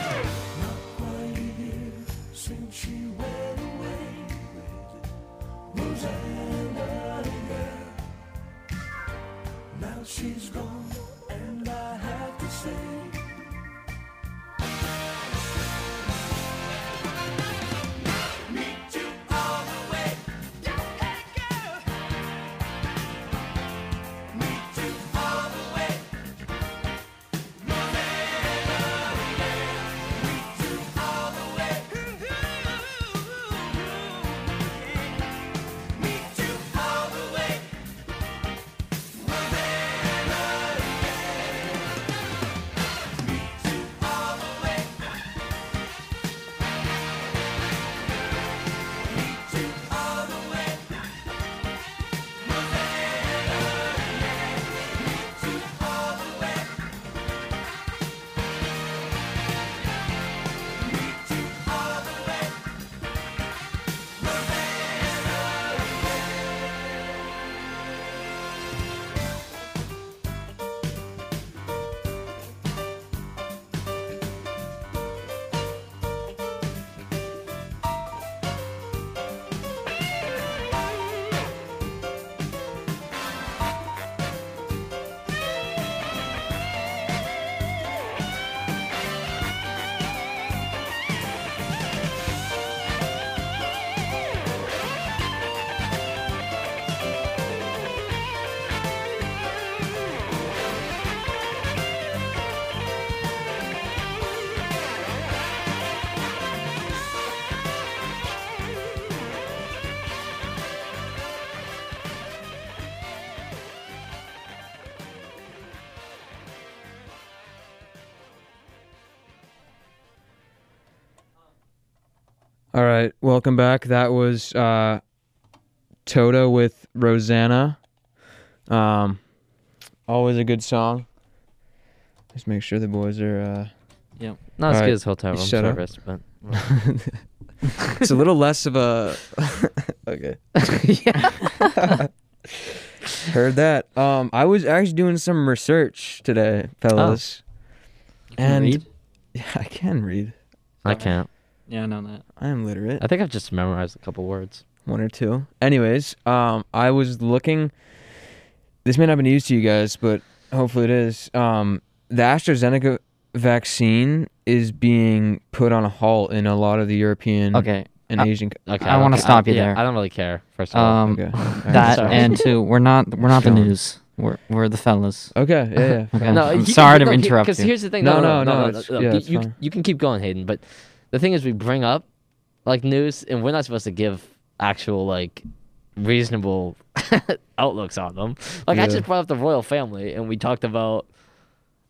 Speaker 5: Why you here since you went away? Rosanna, yeah. Now she's gone, and I have to say, meet you all the way. Just let it go. Meet you all the way. All the way, meet you all the way, Rosanna.
Speaker 1: All right, welcome back. That was uh, Toto with Rosanna. Um, always a good song. Just make sure the boys are. Uh,
Speaker 2: Yep.
Speaker 4: Not as
Speaker 1: All right,
Speaker 4: good as Hotel
Speaker 1: you
Speaker 4: Room
Speaker 1: shut up.
Speaker 4: Service, but
Speaker 1: it's a little less of a. okay. Heard that. Um, I was actually doing some research today, fellas. And
Speaker 2: read?
Speaker 1: yeah, I can read.
Speaker 4: I can't.
Speaker 2: Yeah, I know that.
Speaker 1: I am literate.
Speaker 4: I think I've just memorized a couple words.
Speaker 1: one or two. Anyways, um, I was looking. This may not be news to you guys, but hopefully it is. Um, the AstraZeneca vaccine is being put on a halt in a lot of the European
Speaker 2: Okay. Uh,
Speaker 1: and
Speaker 2: I-
Speaker 1: Asian.
Speaker 4: Okay.
Speaker 2: I wanna
Speaker 4: don't-
Speaker 2: stop you
Speaker 4: yeah,
Speaker 2: there.
Speaker 4: I don't really care. First of all,
Speaker 2: Um,
Speaker 1: okay.
Speaker 2: that
Speaker 4: sorry.
Speaker 2: and two, we're not we're not the
Speaker 1: Sean.
Speaker 2: news. We're we're the fellas.
Speaker 1: Okay. Yeah. yeah,
Speaker 2: Okay.
Speaker 1: fine.
Speaker 2: No, I'm sorry to interrupt
Speaker 4: Because
Speaker 2: you.
Speaker 4: here's the thing.
Speaker 1: No, no, no,
Speaker 4: No, no, no. no,
Speaker 1: it's-
Speaker 4: no,
Speaker 1: yeah,
Speaker 4: you-
Speaker 1: it's
Speaker 4: you,
Speaker 1: fine.
Speaker 4: you can keep going, Hayden. But the thing is, we bring up like news, and we're not supposed to give actual like reasonable outlooks on them. Like
Speaker 1: Yeah.
Speaker 4: I just brought up the royal family, and we talked about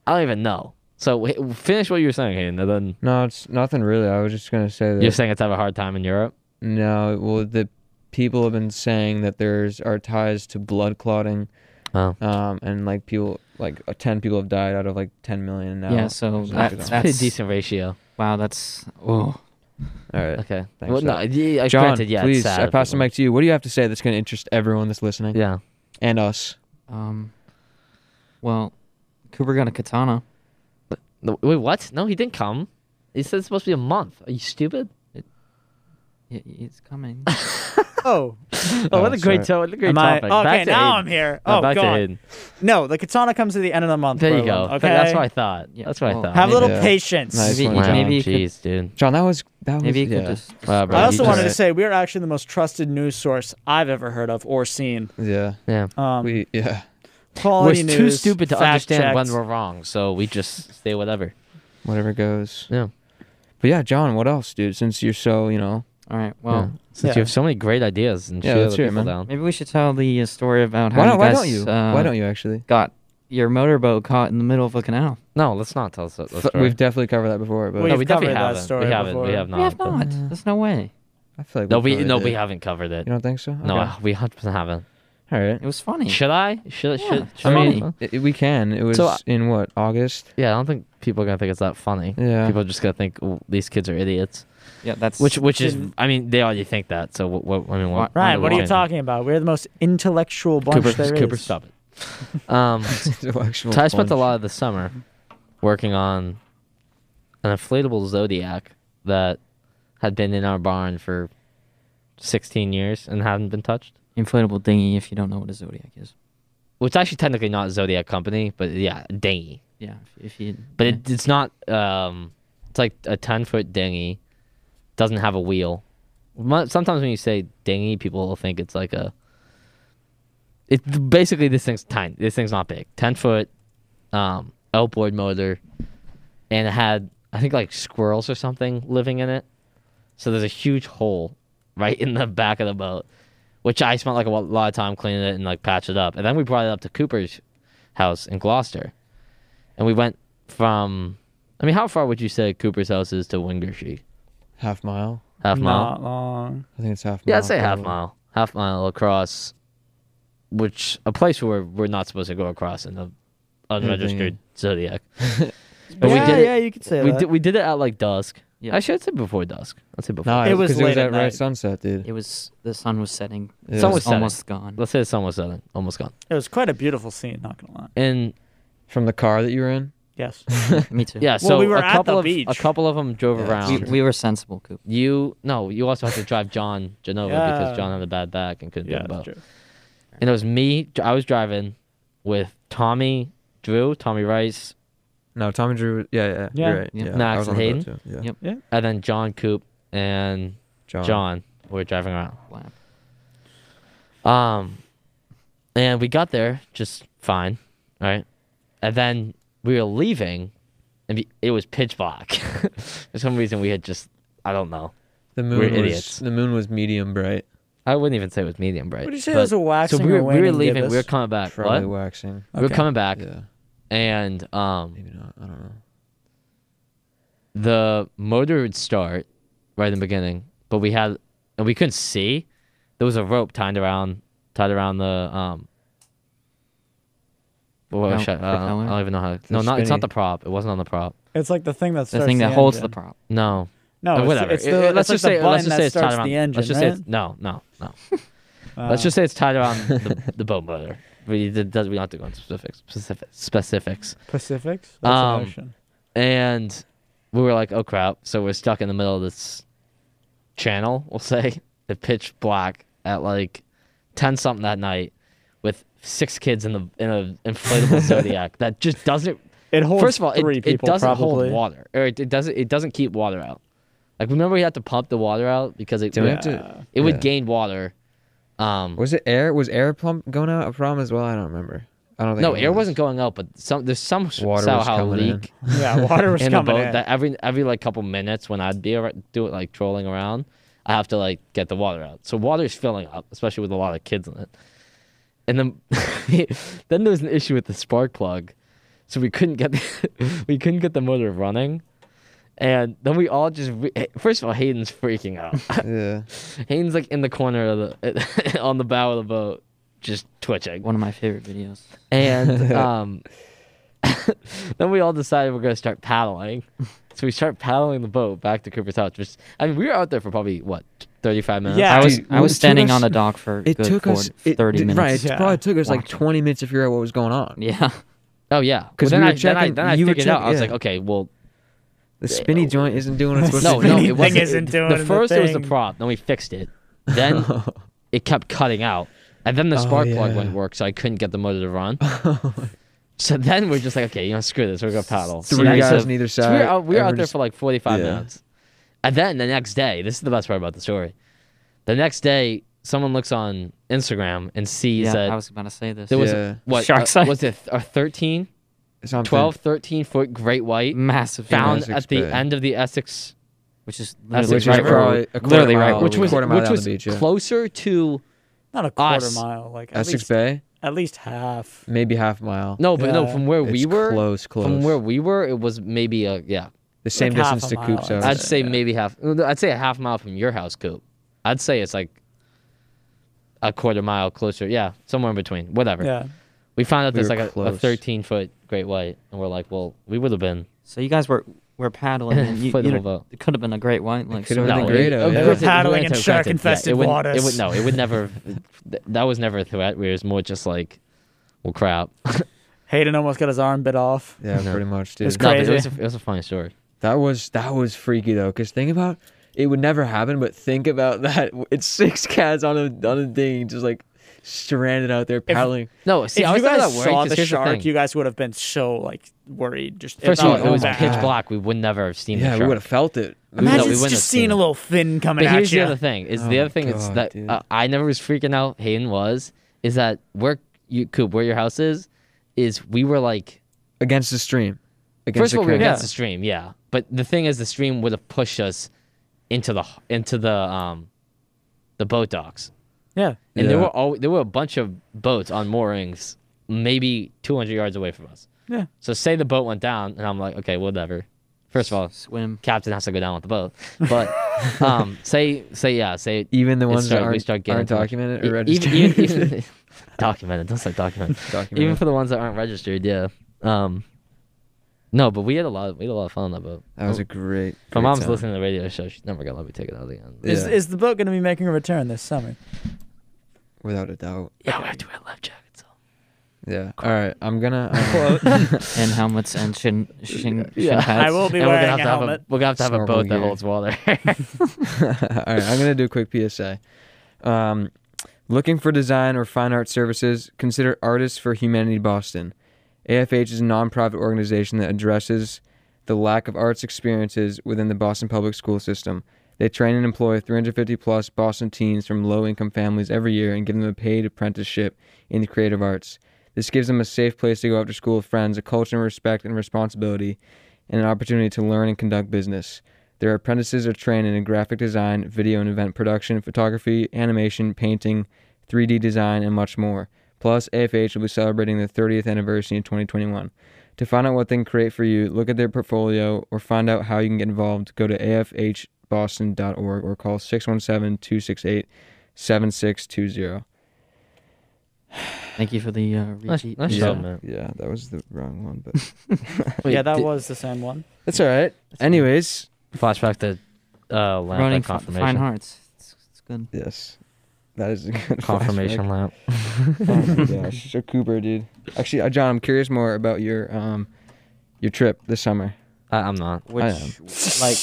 Speaker 4: I don't even know. So h- finish what you were saying, Hayden, and then
Speaker 1: No, it's nothing really. I was just gonna say that.
Speaker 4: you're saying it's have a hard time in Europe.
Speaker 1: No, well, the people have been saying that there's are ties to blood clotting,
Speaker 4: Oh.
Speaker 1: um, and like people, like uh, ten people have died out of like ten million now.
Speaker 2: Yeah, so
Speaker 1: Something like
Speaker 2: that,
Speaker 1: that.
Speaker 4: Pretty
Speaker 2: that's
Speaker 4: decent ratio.
Speaker 2: wow. That's oh
Speaker 1: All right.
Speaker 4: Okay.
Speaker 1: Thanks,
Speaker 4: Well, no,
Speaker 1: Doc.
Speaker 4: yeah,
Speaker 1: John,
Speaker 4: granted, yeah, it's
Speaker 1: please,
Speaker 4: sad
Speaker 1: I
Speaker 4: if
Speaker 1: pass the
Speaker 4: people-
Speaker 1: mic to you. What do you have to say that's going to interest everyone that's listening
Speaker 4: Yeah.
Speaker 1: and us?
Speaker 2: um. Well, Cooper got a katana.
Speaker 4: No, wait, what? No, he didn't come. He said it's supposed to be a month. Are you stupid?
Speaker 2: He, he's coming.
Speaker 3: Oh,
Speaker 4: Oh, what
Speaker 1: Oh,
Speaker 4: a great,
Speaker 1: sorry.
Speaker 4: to- what a great
Speaker 3: am I?
Speaker 4: topic.
Speaker 3: Okay,
Speaker 4: Back to
Speaker 3: now
Speaker 4: Aiden.
Speaker 3: I'm here.
Speaker 4: No,
Speaker 3: Oh,
Speaker 4: back to
Speaker 3: God.
Speaker 4: Hayden.
Speaker 3: No, the katana comes at the end of the month.
Speaker 4: There you go.
Speaker 3: Berlin,
Speaker 4: Th-
Speaker 3: Okay,
Speaker 4: That's what I thought.
Speaker 2: Yeah,
Speaker 4: That's what
Speaker 2: well,
Speaker 4: I thought.
Speaker 3: have a little
Speaker 1: Yeah.
Speaker 3: patience.
Speaker 1: Nice
Speaker 2: Maybe-
Speaker 1: one,
Speaker 4: Wow,
Speaker 1: John.
Speaker 2: maybe you could-
Speaker 4: jeez, dude.
Speaker 1: John, that was that was
Speaker 2: Maybe you
Speaker 1: yeah.
Speaker 2: could just. just-
Speaker 4: Wow, bro,
Speaker 3: I
Speaker 4: you
Speaker 3: also
Speaker 4: just-
Speaker 3: wanted to say we're actually the most trusted news source I've ever heard of or seen.
Speaker 1: yeah.
Speaker 4: Yeah.
Speaker 3: Um,
Speaker 1: we yeah.
Speaker 3: quality
Speaker 4: We're
Speaker 3: news,
Speaker 4: too stupid to understand
Speaker 3: fact-checked.
Speaker 4: when we're wrong, so we just say whatever.
Speaker 1: Whatever goes.
Speaker 4: Yeah.
Speaker 1: But yeah, John, what else, dude? Since you're so, you know,
Speaker 2: All right.
Speaker 4: Well,
Speaker 2: Well,
Speaker 4: since
Speaker 3: Yeah.
Speaker 4: you have so many great ideas and
Speaker 1: Yeah,
Speaker 4: shoot
Speaker 1: let's
Speaker 4: other
Speaker 1: hear it,
Speaker 4: people
Speaker 1: man.
Speaker 4: down.
Speaker 2: maybe we should tell the uh, story about how
Speaker 1: why
Speaker 2: you
Speaker 1: don't why
Speaker 2: guys
Speaker 1: don't you?
Speaker 2: Uh,
Speaker 1: why don't you actually?
Speaker 2: got your motorboat caught in the middle of a canal.
Speaker 4: No, let's not tell us that.
Speaker 1: F- We've definitely covered that before, but
Speaker 3: We've
Speaker 4: no, we definitely
Speaker 3: covered that
Speaker 4: haven't.
Speaker 3: story
Speaker 4: we haven't.
Speaker 3: before.
Speaker 4: We have not.
Speaker 2: we have
Speaker 4: but-
Speaker 2: not. There's no way.
Speaker 1: I feel like
Speaker 4: No, we
Speaker 1: probably
Speaker 4: no,
Speaker 1: did.
Speaker 4: we haven't covered it.
Speaker 1: You don't think so?
Speaker 4: No,
Speaker 1: Okay.
Speaker 4: uh, we 100% haven't.
Speaker 1: All right.
Speaker 2: It was funny.
Speaker 4: Should I? Should
Speaker 2: Yeah,
Speaker 4: should,
Speaker 2: it's
Speaker 4: should
Speaker 2: funny.
Speaker 4: Hmm. I?
Speaker 1: I- we can. It was
Speaker 4: So, uh,
Speaker 1: in what August.
Speaker 4: Yeah, I don't think people are gonna think it's that funny.
Speaker 1: Yeah.
Speaker 4: People are just gonna think "Oh, these kids are idiots.
Speaker 2: Yeah, that's
Speaker 4: Which, which is,
Speaker 3: Didn't-
Speaker 4: I mean, they already think that. So, what, what I mean, what?
Speaker 3: Ryan, what are you
Speaker 4: why?
Speaker 3: talking about? We're the most intellectual bunch
Speaker 4: Cooper,
Speaker 3: there is.
Speaker 4: Cooper, stop it. um,
Speaker 1: Intellectual
Speaker 4: Ty spent a
Speaker 1: bunch.
Speaker 4: lot of the summer working on an inflatable Zodiac that had been in our barn for 16 years and hadn't been touched.
Speaker 2: inflatable dinghy. If you don't know what a zodiac is,
Speaker 4: Well, it's actually technically not Zodiac company, but yeah, dinghy.
Speaker 2: yeah. If, if you
Speaker 4: But it, it's not. Um, it's like a ten foot dinghy. Doesn't have a wheel. Mo- Sometimes when you say dinghy, people will think it's like a. It basically this thing's tiny. This thing's not big. Ten foot, um, outboard motor, and it had I think like squirrels or something living in it. So there's a huge hole right in the back of the boat, which I spent like a wa- lot of time cleaning it and like patch it up. And then we brought it up to Cooper's house in Gloucester and we went from. I mean, how far would you say Cooper's house is to Wingershee?
Speaker 1: half mile.
Speaker 4: Half mile.
Speaker 3: Not long.
Speaker 1: I think it's half.
Speaker 4: Yeah,
Speaker 1: mile,
Speaker 4: I'd say half
Speaker 1: probably.
Speaker 4: mile. Half mile across, which a place where we're not supposed to go across in the unregistered Zodiac. but
Speaker 3: yeah,
Speaker 4: we did it.
Speaker 3: yeah, you could say
Speaker 4: we
Speaker 3: that.
Speaker 4: did. We did it at like dusk.
Speaker 2: Yeah.
Speaker 4: Yeah. Actually, I'd say before dusk. I'd say before.
Speaker 1: No,
Speaker 4: dusk.
Speaker 3: It
Speaker 1: it was
Speaker 3: was
Speaker 1: because it was
Speaker 3: late at
Speaker 1: at right
Speaker 3: night.
Speaker 1: sunset, dude.
Speaker 2: It was the sun was setting.
Speaker 1: Yeah.
Speaker 2: It
Speaker 1: Sun
Speaker 2: was
Speaker 4: was setting.
Speaker 2: almost gone.
Speaker 4: Let's say the sun was setting, almost gone.
Speaker 3: It was quite a beautiful scene. Not gonna lie.
Speaker 4: And
Speaker 1: From the car that you were in.
Speaker 3: Yes.
Speaker 2: Me too.
Speaker 4: yeah,
Speaker 3: Well,
Speaker 4: so
Speaker 3: we were
Speaker 4: a
Speaker 3: at
Speaker 4: couple
Speaker 3: the
Speaker 4: of a
Speaker 3: beach.
Speaker 4: couple of them drove
Speaker 1: Yeah, that's
Speaker 4: around.
Speaker 2: we, we were sensible, Coop.
Speaker 4: You no, you also had to drive John Genova
Speaker 3: Yeah.
Speaker 4: because John had a bad back and couldn't do
Speaker 3: yeah,
Speaker 4: the
Speaker 3: that's
Speaker 4: boat.
Speaker 3: true.
Speaker 4: and it was me. I was driving with Tommy, Drew, Tommy Rice,
Speaker 1: No, Tommy Drew. Yeah, yeah,
Speaker 3: Yeah.
Speaker 1: You're right.
Speaker 2: Yeah.
Speaker 1: Yeah,
Speaker 4: Max
Speaker 1: I was on
Speaker 4: and
Speaker 1: the boat
Speaker 4: Hayden.
Speaker 1: too, Yeah.
Speaker 2: Yep.
Speaker 4: and then John Coop and
Speaker 1: John.
Speaker 4: John. We were driving around.
Speaker 2: Lap.
Speaker 4: Um, and we got there just fine, right? And then we were leaving, and be- it was pitch black. For some reason, we had just I don't know.
Speaker 1: The moon
Speaker 4: We're
Speaker 1: was
Speaker 4: idiots.
Speaker 1: the moon was medium bright.
Speaker 4: I wouldn't even say it was medium bright.
Speaker 3: What did you say?
Speaker 4: but-
Speaker 3: It was a waxing
Speaker 4: So we were,
Speaker 3: or
Speaker 4: we were
Speaker 3: waning
Speaker 4: leaving.
Speaker 3: gibbous?
Speaker 4: We were coming back.
Speaker 1: Probably
Speaker 4: What?
Speaker 1: waxing.
Speaker 4: We were
Speaker 3: Okay.
Speaker 4: coming back,
Speaker 1: Yeah,
Speaker 4: and um,
Speaker 1: maybe not. I don't know.
Speaker 4: the motor would start right in the beginning but we had and we couldn't see. There was a rope tied around tied around the um. What
Speaker 2: Propel-
Speaker 4: was that? Uh, I
Speaker 2: propeller?
Speaker 4: don't even know how. no, not it's
Speaker 1: spinny-
Speaker 4: not the prop. It wasn't on the prop.
Speaker 3: It's like the thing that
Speaker 2: The
Speaker 3: starts
Speaker 2: thing
Speaker 3: the
Speaker 2: that holds the
Speaker 3: engine.
Speaker 2: prop.
Speaker 4: No,
Speaker 3: No,
Speaker 4: Uh,
Speaker 3: Oh, it's-
Speaker 4: whatever.
Speaker 3: It's,
Speaker 4: It-
Speaker 3: the,
Speaker 4: it-
Speaker 3: it's
Speaker 4: let's just
Speaker 3: like
Speaker 4: say
Speaker 3: the
Speaker 4: let's
Speaker 3: button
Speaker 4: just say
Speaker 3: that
Speaker 4: it's tied
Speaker 3: starts
Speaker 4: around.
Speaker 3: the engine.
Speaker 4: let's just
Speaker 3: right? Oh. Uh,
Speaker 4: say it's, no, no, no. let's just say it's tied around the, the boat motor. We, it does, we don't have to go into specifics. Specific, specifics.
Speaker 3: Pacifics. That's
Speaker 4: Um,
Speaker 3: an ocean.
Speaker 4: and we were like, "Oh crap!" So we're stuck in the middle of this channel, we'll say, the pitch black at like ten something that night, with six kids in the in an inflatable zodiac that just doesn't.
Speaker 3: It holds
Speaker 4: First of all, it,
Speaker 3: three
Speaker 4: it
Speaker 3: people
Speaker 4: doesn't
Speaker 3: probably.
Speaker 4: hold water, or it, it doesn't it doesn't keep water out. Like remember, we had to pump the water out because it
Speaker 1: Do we have
Speaker 4: would,
Speaker 1: to?
Speaker 4: it would
Speaker 1: yeah.
Speaker 4: gain water. Um,
Speaker 1: Was it air? Was air pump going out a problem as well? I don't remember. I don't think.
Speaker 4: no,
Speaker 1: it
Speaker 4: air
Speaker 1: was.
Speaker 4: wasn't going out, but some there's some
Speaker 1: Water was
Speaker 4: somehow
Speaker 1: coming in.
Speaker 4: leak
Speaker 3: Yeah, water was
Speaker 4: in the
Speaker 3: coming
Speaker 4: boat
Speaker 3: in.
Speaker 4: that every every like couple minutes when I'd be ar- do it like trolling around, I have to like get the water out. So water's filling up, especially with a lot of kids in it. And then then there was an issue with the spark plug, so we couldn't get the, we couldn't get the motor running. And then we all just re- first of all Hayden's freaking out.
Speaker 1: Yeah.
Speaker 4: Hayden's like in the corner of the on the bow of the boat, just twitching.
Speaker 2: One of my favorite videos.
Speaker 4: And um, then we all decided we're gonna start paddling. So we start paddling the boat back to Cooper's house. Which I mean, we were out there for probably what thirty five minutes.
Speaker 3: Yeah,
Speaker 2: I was
Speaker 1: Dude,
Speaker 2: I
Speaker 1: it
Speaker 2: was
Speaker 1: took
Speaker 2: standing on
Speaker 1: us-
Speaker 2: the dock for a
Speaker 1: It
Speaker 2: good
Speaker 1: took us
Speaker 2: forty-
Speaker 1: it-
Speaker 2: thirty
Speaker 1: d-
Speaker 2: minutes.
Speaker 1: Right. It
Speaker 3: Yeah.
Speaker 1: probably took us like
Speaker 2: Watching.
Speaker 1: 20 minutes to figure out what was going on.
Speaker 2: Yeah.
Speaker 4: Oh yeah.
Speaker 1: 'Cause
Speaker 4: Because then,
Speaker 1: we were
Speaker 4: I- then I
Speaker 1: checking-
Speaker 4: then I
Speaker 1: you were
Speaker 4: figured it out. I was
Speaker 1: checking-
Speaker 4: like,
Speaker 1: yeah.
Speaker 4: okay, well,
Speaker 1: The spinny joint isn't doing what it's supposed
Speaker 4: no,
Speaker 1: to
Speaker 4: no,
Speaker 1: do.
Speaker 4: it
Speaker 3: thing
Speaker 4: wasn't.
Speaker 3: isn't
Speaker 4: it-
Speaker 3: doing
Speaker 4: the
Speaker 3: the
Speaker 4: first it was the
Speaker 3: thing.
Speaker 4: prop. Then we fixed it. Then it kept cutting out, and then the spark plug wouldn't
Speaker 1: Oh, yeah.
Speaker 4: work, so I couldn't get the motor to run. so then we're just like, okay, you know, screw this. We're gonna paddle.
Speaker 1: Three
Speaker 4: Yeah,
Speaker 1: guys
Speaker 4: so-
Speaker 1: on either
Speaker 4: So we were
Speaker 1: side,
Speaker 4: out, we were
Speaker 1: and
Speaker 4: out
Speaker 1: we're
Speaker 4: there
Speaker 1: just-
Speaker 4: for like 45
Speaker 1: Yeah.
Speaker 4: minutes. And then the next day, this is the best part about the story. The next day, someone looks on Instagram and sees
Speaker 2: Yeah,
Speaker 4: that
Speaker 2: I was about to say this.
Speaker 4: there was
Speaker 1: Yeah.
Speaker 4: what
Speaker 2: Shark
Speaker 4: uh,
Speaker 2: sight.
Speaker 4: was it a 13,
Speaker 1: Something. Mm.
Speaker 4: 12, 13 foot great white
Speaker 2: massive
Speaker 4: found
Speaker 2: damage,
Speaker 1: Essex
Speaker 4: at the
Speaker 1: Bay.
Speaker 4: end of the Essex,
Speaker 2: which is
Speaker 4: That's
Speaker 2: literally
Speaker 1: Which
Speaker 2: right
Speaker 1: is
Speaker 2: where
Speaker 1: probably
Speaker 2: we-
Speaker 1: a quarter
Speaker 2: literally
Speaker 1: mile,
Speaker 2: right where
Speaker 4: which
Speaker 1: a
Speaker 4: was
Speaker 2: we were.
Speaker 1: quarter mile
Speaker 4: which
Speaker 1: down
Speaker 4: was
Speaker 1: the beach, yeah.
Speaker 4: closer to
Speaker 3: Not a quarter
Speaker 4: us.
Speaker 3: mile, like at
Speaker 1: Essex
Speaker 3: least,
Speaker 1: Bay,
Speaker 3: at least half.
Speaker 1: maybe half mile.
Speaker 4: no, but no
Speaker 3: Yeah.
Speaker 4: from where we
Speaker 1: It's
Speaker 4: were.
Speaker 1: close, close.
Speaker 4: From where we were, it was maybe a yeah.
Speaker 1: the same
Speaker 3: half
Speaker 1: distance to
Speaker 3: a mile,
Speaker 1: Coop's
Speaker 3: I'd
Speaker 1: house.
Speaker 4: I'd say maybe half. I'd say a half mile from your house, Coop. I'd say it's like a quarter mile closer. Yeah, somewhere in between. Whatever.
Speaker 3: Yeah,
Speaker 4: We found out
Speaker 1: We
Speaker 4: there's
Speaker 1: were
Speaker 4: like a, a
Speaker 1: close.
Speaker 4: 13 foot great white, and we're like, well, we would have been.
Speaker 2: So you guys were were paddling. and you,
Speaker 4: For the
Speaker 2: you
Speaker 4: whole
Speaker 2: know,
Speaker 4: boat.
Speaker 2: It could have been a great white. Like
Speaker 1: could have
Speaker 2: so
Speaker 1: been a
Speaker 2: many-
Speaker 1: great- Great-O, yeah.
Speaker 4: it was-
Speaker 3: Paddling in
Speaker 4: it was affected,
Speaker 3: shark-infested
Speaker 4: yeah, it wouldn't-
Speaker 3: waters.
Speaker 4: It would no, it would never. th- that was never a threat. We was more just like, well, crap.
Speaker 3: Hayden almost got his arm bit off.
Speaker 1: Yeah,
Speaker 4: No.
Speaker 1: pretty much, dude.
Speaker 3: It's
Speaker 4: No, but
Speaker 3: Crazy.
Speaker 4: it was a, it was a funny story.
Speaker 1: That was that was freaky though, cause think about it would never happen, but think about that. It's six cats on a on a thing, just like stranded out there paddling.
Speaker 4: No, see,
Speaker 3: if
Speaker 4: I was
Speaker 3: you
Speaker 4: not
Speaker 3: guys
Speaker 4: that worried.
Speaker 3: saw
Speaker 4: 'cause
Speaker 3: the
Speaker 4: here's
Speaker 3: shark,
Speaker 4: thing.
Speaker 3: you guys would have been so like worried. Just
Speaker 4: First of
Speaker 3: about
Speaker 4: all, it was
Speaker 3: that.
Speaker 4: pitch black. We would never have seen
Speaker 1: yeah,
Speaker 4: the
Speaker 1: we
Speaker 4: shark.
Speaker 1: would have felt it.
Speaker 4: No,
Speaker 3: Imagine
Speaker 4: we
Speaker 3: s-
Speaker 4: wouldn't have
Speaker 3: just seeing
Speaker 4: seen
Speaker 3: a
Speaker 4: it.
Speaker 3: little fin coming
Speaker 4: But
Speaker 3: at
Speaker 4: here's the other
Speaker 3: you.
Speaker 4: thing: is
Speaker 1: Oh
Speaker 4: the
Speaker 1: my
Speaker 4: other thing is
Speaker 1: God,
Speaker 4: that
Speaker 1: dude.
Speaker 4: uh, I never was freaking out. Hayden was is that where you Coop, where your house is, is we were like
Speaker 1: against the stream. Against
Speaker 4: first of all we were
Speaker 1: the current.
Speaker 4: against the stream, yeah. But the thing is, the stream would have pushed us into the into the um the boat docks,
Speaker 3: Yeah,
Speaker 4: and there
Speaker 1: Yeah.
Speaker 4: were all there were a bunch of boats on moorings, maybe 200 yards away from us.
Speaker 3: yeah.
Speaker 4: So say the boat went down, and I'm like, okay, whatever. First of all,
Speaker 2: swim.
Speaker 4: captain has to go down with the boat, but um, say say yeah, say
Speaker 1: Even the
Speaker 4: it
Speaker 1: ones
Speaker 4: start-
Speaker 1: that
Speaker 4: we
Speaker 1: aren't,
Speaker 4: start getting
Speaker 1: aren't
Speaker 4: to-
Speaker 1: documented or
Speaker 4: E-
Speaker 1: registered.
Speaker 4: Even, even, even, documented. Don't say documented. Even
Speaker 1: Documented.
Speaker 4: for the ones that aren't registered, yeah. Um, no, but we had a lot. we had a lot of fun on that boat. Oh,
Speaker 1: that was a
Speaker 4: My
Speaker 1: great. great
Speaker 4: mom's
Speaker 1: time.
Speaker 4: listening to the radio show. She's never gonna let me take it out again.
Speaker 1: Yeah.
Speaker 3: Is is the boat going to be making a return this summer?
Speaker 1: without a doubt.
Speaker 4: Yeah, we have to wear life jackets.
Speaker 1: Yeah. All right, I'm gonna.
Speaker 3: Quote.
Speaker 2: and helmets and shin shin, shin
Speaker 4: Yeah.
Speaker 2: pads.
Speaker 3: I will be
Speaker 4: And we're gonna
Speaker 3: wearing
Speaker 4: have
Speaker 3: a
Speaker 4: to have
Speaker 3: helmet.
Speaker 4: a we're gonna have to have a
Speaker 1: Snorkel
Speaker 4: boat that
Speaker 1: gear.
Speaker 4: holds water.
Speaker 1: All right, I'm gonna do a quick PSA. Um, looking for design or fine art services? Consider Artists for Humanity Boston. AFH is a nonprofit organization that addresses the lack of arts experiences within the Boston public school system. They train and employ 350 plus Boston teens from low income families every year and give them a paid apprenticeship in the creative arts. This gives them a safe place to go after school with friends, a culture of respect and responsibility, and an opportunity to learn and conduct business. Their apprentices are trained in graphic design, video and event production, photography, animation, painting, 3D design, and much more. Plus, AFH will be celebrating their 30th anniversary in 2021. To find out what they can create for you, look at their portfolio or find out how you can get involved, go to afh boston.org or call 617-268-7620.
Speaker 2: Thank you for the uh,
Speaker 4: Nice-
Speaker 2: repeat.
Speaker 4: nice
Speaker 2: Yeah.
Speaker 4: job, man.
Speaker 1: Yeah, that was the wrong one, but
Speaker 4: Wait,
Speaker 3: yeah, that
Speaker 4: did-
Speaker 3: was the same one.
Speaker 1: that's all right. Anyways,
Speaker 4: flashback to uh, lamp
Speaker 2: Running
Speaker 4: like
Speaker 2: fi-
Speaker 4: confirmation.
Speaker 2: fine hearts. It's, it's good.
Speaker 1: yes. That is a good
Speaker 4: confirmation
Speaker 1: flashback.
Speaker 4: lamp.
Speaker 1: oh my gosh, so Cooper, dude. Actually, uh, John, I'm curious more about your um your trip this summer.
Speaker 4: I, I'm not.
Speaker 2: Which, like,